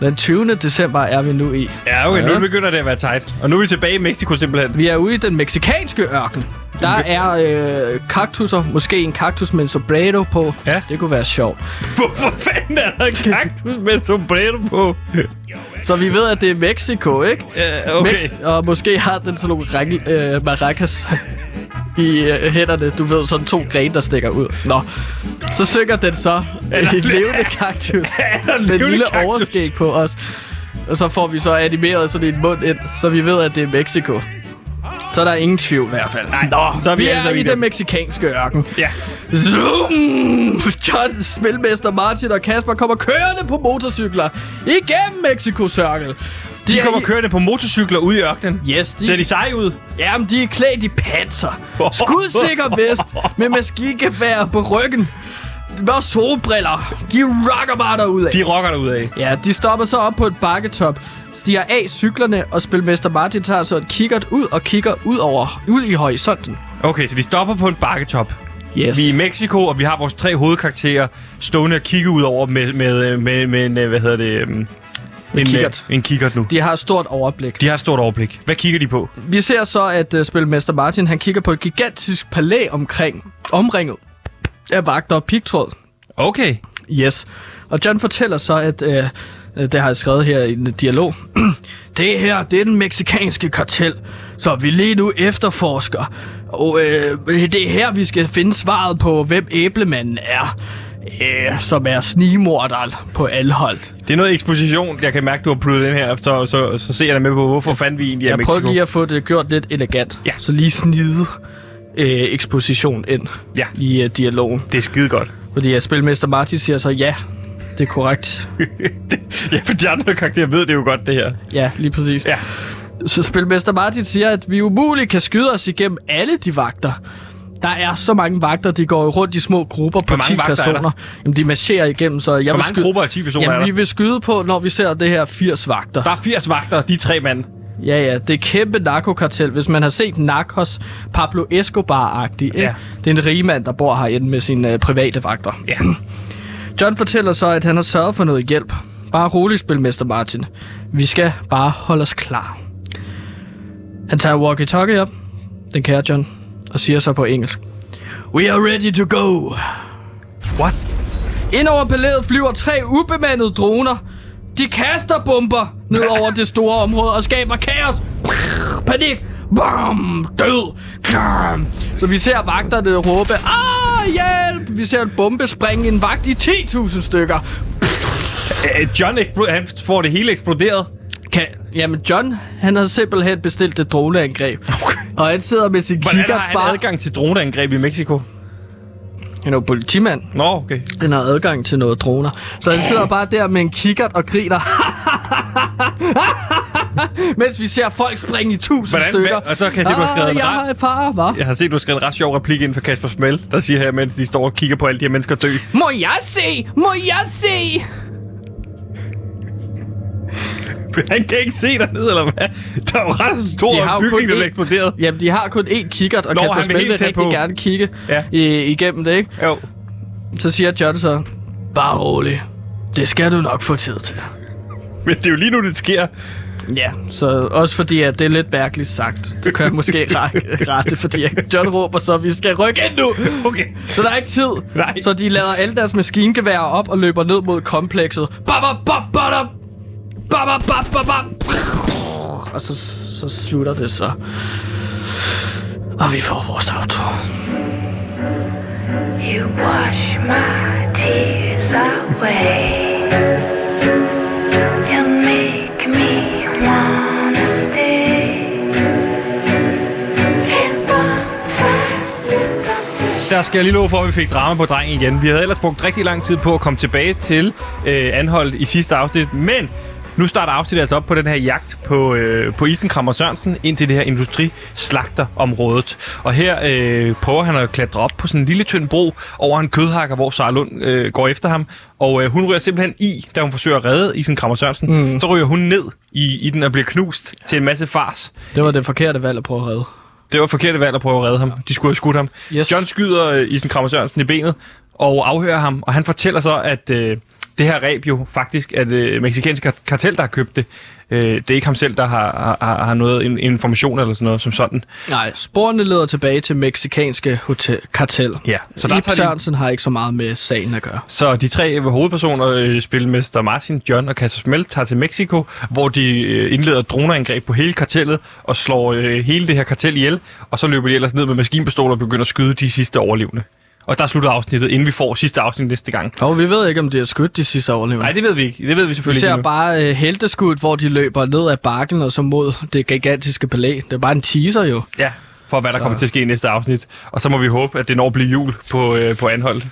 Speaker 2: Den 20. december er vi nu i.
Speaker 1: Ja, okay,
Speaker 2: Ja.
Speaker 1: nu begynder det at være tight. Og nu er vi tilbage i Mexico simpelthen.
Speaker 2: Vi er ude i den meksikanske ørken. Der er øh, kaktusser, måske en kaktus med en sobrado på.
Speaker 1: Ja.
Speaker 2: Det kunne være sjovt.
Speaker 1: Hvorfor fanden er der en kaktus med et sombrero på?
Speaker 2: Så vi ved, at det er Mexico, ikke?
Speaker 1: Uh, okay.
Speaker 2: Mex- og måske har den sådan nogle række, øh, maracas i øh, hænderne. Du ved, sådan to grene, der stikker ud. Nå, så synger den så en levende kaktus
Speaker 1: der
Speaker 2: med et
Speaker 1: levende
Speaker 2: lille
Speaker 1: kaktus?
Speaker 2: overskæg på os. Og så får vi så animeret sådan en mund ind, så vi ved, at det er Mexico. Så er der ingen tvivl i hvert fald. Nej, Nå,
Speaker 1: så er vi
Speaker 2: vi
Speaker 1: altså
Speaker 2: er i
Speaker 1: i det.
Speaker 2: den meksikanske ørken.
Speaker 1: Ja.
Speaker 2: Zoom! John, spilmester Martin og Kasper kommer kørende på motorcykler igennem Mexico-sørkel. De,
Speaker 1: De
Speaker 2: er
Speaker 1: kommer
Speaker 2: i-
Speaker 1: kørende på motorcykler ude i ørkenen.
Speaker 2: Yes, de,
Speaker 1: Ser de seje ud?
Speaker 2: Jamen, de er klædt i panser. Skudsikker vest med maskingevær på ryggen. Og solbriller. De rocker bare derudad.
Speaker 1: De rocker der ud af.
Speaker 2: Ja, de stopper så op på et bakketop, stiger af cyklerne, og spilmester Martin tager så et kikkert ud og kigger ud over ud i horisonten.
Speaker 1: Okay, så de stopper på en bakketop.
Speaker 2: Yes.
Speaker 1: Vi er i Mexico, og vi har vores tre hovedkarakterer stående og kigge ud over med, med, øh, med, med, med hvad hedder det? øhm, en,
Speaker 2: kikkert.
Speaker 1: øh, En kikkert nu.
Speaker 2: De har et stort overblik.
Speaker 1: De har et stort overblik. Hvad kigger de på?
Speaker 2: Vi ser så, at uh, spilmester Martin han kigger på et gigantisk palæ omkring, omringet af vagter og pigtråd.
Speaker 1: Okay.
Speaker 2: Yes. Og John fortæller så, at øh, øh, det har jeg skrevet her i en dialog. det her, det er den meksikanske kartel, som vi lige nu efterforsker. Og øh, det er her, vi skal finde svaret på, hvem æblemanden er. Øh, som er snigmorderen på Alholdt.
Speaker 1: Det er noget eksposition. Jeg kan mærke, du har pludret den her, så, så, så ser jeg dig med på, hvorfor fanden vi egentlig er i
Speaker 2: Jeg
Speaker 1: Mexico.
Speaker 2: prøver lige at få det gjort lidt elegant.
Speaker 1: Ja.
Speaker 2: Så lige snide øh, eksposition ind
Speaker 1: Ja.
Speaker 2: i øh, dialogen.
Speaker 1: Det er skide godt.
Speaker 2: Fordi at spilmester Martin siger så, ja, det er korrekt.
Speaker 1: Ja, for de andre karakterer ved det jo godt, det her.
Speaker 2: Ja, lige præcis.
Speaker 1: Ja.
Speaker 2: Så Spilmester Martin siger, at vi umuligt kan skyde os igennem alle de vagter. Der er så mange vagter, de går jo rundt i små grupper på
Speaker 1: mange
Speaker 2: 10
Speaker 1: vagter er
Speaker 2: personer.
Speaker 1: der?
Speaker 2: Jamen, de marcherer igennem, så jeg
Speaker 1: Hvor
Speaker 2: vil
Speaker 1: mange
Speaker 2: skyde...
Speaker 1: grupper af 10 personer
Speaker 2: Jamen,
Speaker 1: er der?
Speaker 2: vi vil skyde på, når vi ser det her 80 vagter.
Speaker 1: Der er 80 vagter, og de er tre mand.
Speaker 2: Ja, ja, det er kæmpe narkokartel. Hvis man har set Narcos Pablo Escobar-agtig, ikke?
Speaker 1: Ja.
Speaker 2: Det er en rigmand, der bor herinde med sine øh, private vagter.
Speaker 1: Ja.
Speaker 2: John fortæller så, at han har sørget for noget hjælp. Bare rolig, spilmester Martin. Vi skal bare holde os klar. Han tager walkie-talkie op, den kære John, og siger så på engelsk. We are ready to go.
Speaker 1: What?
Speaker 2: Ind over palæet flyver tre ubemandede droner. De kaster bomber ned over det store område og skaber kaos. Panik. Bam! Død! Kram. Så vi ser vagterne råbe, Ah, hjælp! Vi ser en bombe springe en vagt i 10.000 stykker.
Speaker 1: Øh, John eksplo- han får det hele eksploderet.
Speaker 2: Kan, jamen, John, han har simpelthen bestilt et droneangreb. Okay. Og han sidder med sin
Speaker 1: Hvordan
Speaker 2: kigger
Speaker 1: har han
Speaker 2: bare...
Speaker 1: adgang til droneangreb i Mexico?
Speaker 2: Han er jo politimand.
Speaker 1: Nå, okay.
Speaker 2: Han har adgang til noget droner. Så han sidder bare der med en kikkert og griner. Mens vi ser folk springe i tusind
Speaker 1: Hvordan-
Speaker 2: stykker.
Speaker 1: hvad- og så kan jeg se, du har skrevet
Speaker 2: ah,
Speaker 1: en
Speaker 2: jeg
Speaker 1: ret-
Speaker 2: har far, hva?
Speaker 1: Jeg har set, du har skrevet en ret sjov replik inden for Kasper Smell, der siger her, mens de står og kigger på alle de her mennesker dø.
Speaker 2: Må jeg se? Må jeg se?
Speaker 1: Han kan ikke se dernede, eller hvad? Der er jo ret stor
Speaker 2: De har jo kun
Speaker 1: bygning, der
Speaker 2: én-
Speaker 1: er eksploderet.
Speaker 2: Jamen, de har kun én kikkert, og
Speaker 1: Nå,
Speaker 2: Kasper
Speaker 1: han vil
Speaker 2: Smell
Speaker 1: helt
Speaker 2: vil
Speaker 1: tæt
Speaker 2: rigtig
Speaker 1: på.
Speaker 2: gerne kigge
Speaker 1: Ja.
Speaker 2: i, igennem det, ikke?
Speaker 1: Jo.
Speaker 2: Så siger John så, bare rolig. Det skal du nok få tid til.
Speaker 1: Men det er jo lige nu, det sker.
Speaker 2: Ja, så også fordi, at det er lidt mærkeligt sagt. Det kan jeg måske række- rette, fordi at John råber så, vi skal rykke ind nu.
Speaker 1: Okay.
Speaker 2: Så der er ikke tid.
Speaker 1: Nej.
Speaker 2: Så de lader alle deres maskingeværer op og løber ned mod komplekset. Bop, bop, bop, bop, bop, bop, bop, bop, bop. Og så, så slutter det så. Og vi får vores auto.
Speaker 5: You wash my tears away. You make me wanna stay.
Speaker 7: It won't fast, look up the
Speaker 1: Der skal jeg lige love for, at vi fik drama på drengen igen. Vi havde ellers brugt rigtig lang tid på at komme tilbage til øh, anholdt i sidste afsnit, men Nu starter afsnittet altså op på den her jagt på, øh, på Isenkrammer Sørensen ind til det her industrislagterområdet. Og her øh, prøver han at klatre op på sådan en lille tynd bro over en kødhakker, hvor Sara Lund øh, går efter ham. Og øh, hun ryger simpelthen i, da hun forsøger at redde Isenkrammer Sørensen. Mm. Så ryger hun ned i, i den og bliver knust til en masse fars.
Speaker 2: Det var det forkerte valg at prøve at redde.
Speaker 1: Det var forkert valg at prøve at redde ham. De skulle have skudt ham.
Speaker 2: Yes.
Speaker 1: John skyder øh, Isen Krammer Sørensen i benet og afhører ham, og han fortæller så, at øh, det her ræb jo faktisk er det meksikanske kart- kartel, der har købt det. Øh, det er ikke ham selv, der har, har, har noget en, information eller sådan noget som sådan.
Speaker 2: Nej, sporene leder tilbage til meksikanske hotel, kartel.
Speaker 1: Ja, så
Speaker 2: Så
Speaker 1: der
Speaker 2: der
Speaker 1: tager de-
Speaker 2: Sørensen har ikke så meget med sagen at gøre.
Speaker 1: Så de tre hovedpersoner, øh, spilmester Martin, John og Kasper Smelt, tager til Mexico, hvor de øh, indleder et droneangreb på hele kartellet og slår øh, hele det her kartel ihjel, og så løber de ellers ned med maskinpistoler og begynder at skyde de sidste overlevende. Og der slutter afsnittet, inden vi får sidste afsnit næste gang.
Speaker 2: Og vi ved ikke, om de har skudt de sidste overlevende.
Speaker 1: Nej, det ved vi ikke. Det ved vi
Speaker 2: Vi
Speaker 1: selvfølgelig ikke
Speaker 2: ser
Speaker 1: endnu.
Speaker 2: bare uh, helteskud, hvor de løber ned ad bakken og så mod det gigantiske palæ. Det er bare en teaser jo.
Speaker 1: Ja, for hvad der kommer til at ske i næste afsnit. Og så må vi håbe, at det når at blive jul på, øh, på Anholdt.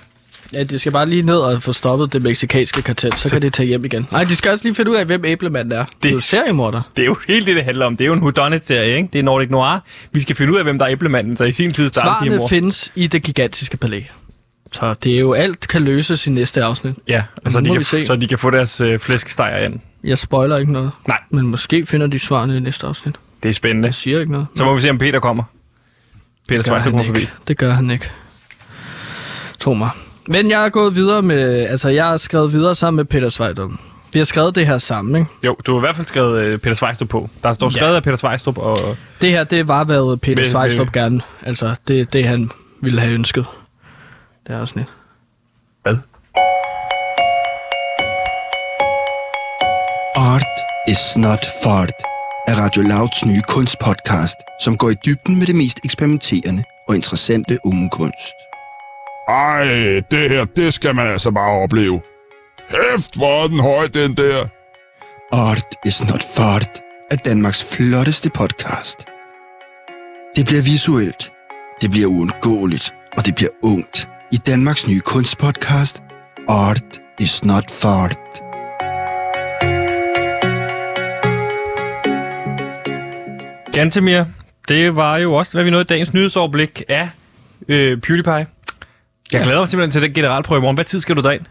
Speaker 2: Ja, de skal bare lige ned og få stoppet det meksikanske kartel, så, så kan de tage hjem igen. Nej, de skal også lige finde ud af, hvem æblemanden er. Det, det er jo seriemorder.
Speaker 1: Det er jo helt det, det handler om. Det er jo en whodunit-serie, ikke? Det er Nordic Noir. Vi skal finde ud af, hvem der er æblemanden, så i sin tid starter de her
Speaker 2: Svarene
Speaker 1: mor.
Speaker 2: findes i det gigantiske palæ. Så det er jo alt kan løses i næste afsnit.
Speaker 1: Ja, og så
Speaker 2: Nu
Speaker 1: de,
Speaker 2: må
Speaker 1: kan,
Speaker 2: vi se.
Speaker 1: så de kan få deres øh, flæskesteger ind.
Speaker 2: Jeg spoiler ikke noget.
Speaker 1: Nej.
Speaker 2: Men måske finder de svarene i næste afsnit.
Speaker 1: Det er spændende.
Speaker 2: Jeg siger ikke noget.
Speaker 1: Så må vi se, om Peter kommer. Peter Svejser kommer forbi.
Speaker 2: ikke. Det gør han ikke. Tro mig. Men jeg er gået videre med... Altså, jeg har skrevet videre sammen med Peter Svejdum. Vi har skrevet det her sammen, ikke?
Speaker 1: Jo, du har i hvert fald skrevet øh, Peter Svejstrup på. Der står skrevet af Peter Svejstrup, og
Speaker 2: Det her, det var, hvad Peter
Speaker 1: Men-
Speaker 2: Svejstrup gerne... Altså, det, det han ville have ønsket. Det er også lidt.
Speaker 8: Art is not fart er Radio Louds nye kunstpodcast, som går i dybden med det mest eksperimenterende og interessante unge kunst.
Speaker 9: Ej, det her, det skal man altså bare opleve. Hæft, hvor er den høj, den der.
Speaker 8: Art is not fart er Danmarks flotteste podcast. Det bliver visuelt, det bliver uundgåeligt, og det bliver ungt i Danmarks nye kunstpodcast Art is not fart.
Speaker 1: Gantemir, det var jo også, hvad vi nåede i dagens nyhedsoverblik af øh, PewDiePie. Jeg ja. glæder mig simpelthen til den generalprøve i morgen. Hvad tid skal du derind?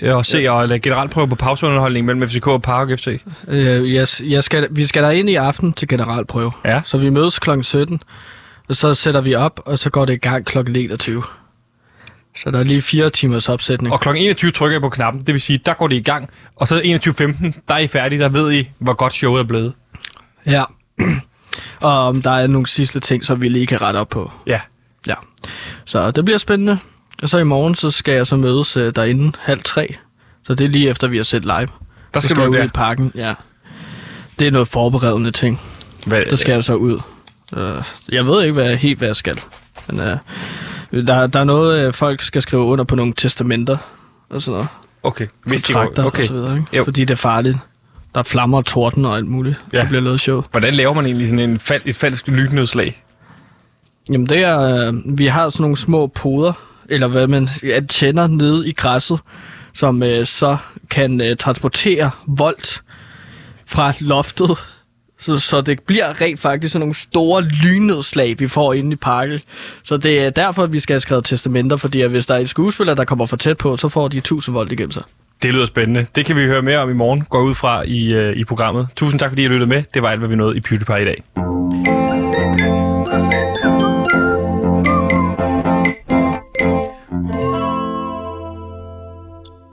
Speaker 1: Øh, Og se, og lade generalprøve på pauseunderholdning mellem FCK og Park FC.
Speaker 2: Øh, jeg, jeg skal, vi skal derind i aften til generalprøve.
Speaker 1: Ja.
Speaker 2: Så vi mødes kl. 17, og så sætter vi op, og så går det i gang kl. 21. Så der er lige fire timers opsætning.
Speaker 1: Og kl. 21 trykker jeg på knappen, det vil sige, der går det i gang. Og så 21.15, der er I færdige, der ved I, hvor godt showet er blevet.
Speaker 2: Ja. og om der er nogle sidste ting, som vi lige kan rette op på.
Speaker 1: Ja.
Speaker 2: Ja. Så det bliver spændende. Og så i morgen, så skal jeg så mødes øh, derinde halv tre. Så det er lige efter, vi har set live. Der
Speaker 1: Der
Speaker 2: så
Speaker 1: skal,
Speaker 2: jeg
Speaker 1: du
Speaker 2: ud
Speaker 1: der.
Speaker 2: i parken, ja. Det er noget forberedende ting.
Speaker 1: Hvad,
Speaker 2: Der skal jeg så ud. Øh, jeg ved ikke hvad, helt, hvad jeg skal. Men øh, der, der er noget, øh, folk skal skrive under på nogle testamenter og sådan noget.
Speaker 1: Okay. Hvis de går,
Speaker 2: Kontrakter okay. og
Speaker 1: okay.
Speaker 2: så videre, ikke?
Speaker 1: Jo.
Speaker 2: Fordi det er farligt. Der er flammer og torden og alt muligt.
Speaker 1: Ja.
Speaker 2: Ja. Det bliver lavet sjovt.
Speaker 1: Hvordan laver man egentlig sådan en fal- et falsk lytnedslag?
Speaker 2: Jamen det er, øh, vi har sådan nogle små poder, eller hvad man antenner nede i græsset, som øh, så kan øh, transportere volt fra loftet, så, så det bliver rent faktisk sådan nogle store lynnedslag, vi får inde i parken. Så det er derfor, at vi skal have skrevet testamenter, fordi at hvis der er en skuespiller, der kommer for tæt på, så får de 1000 volt igennem sig.
Speaker 1: Det lyder spændende. Det kan vi høre mere om i morgen, går jeg ud fra i, øh, i programmet. Tusind tak, fordi I lyttede med. Det var alt, hvad vi nåede i PewDiePie i dag.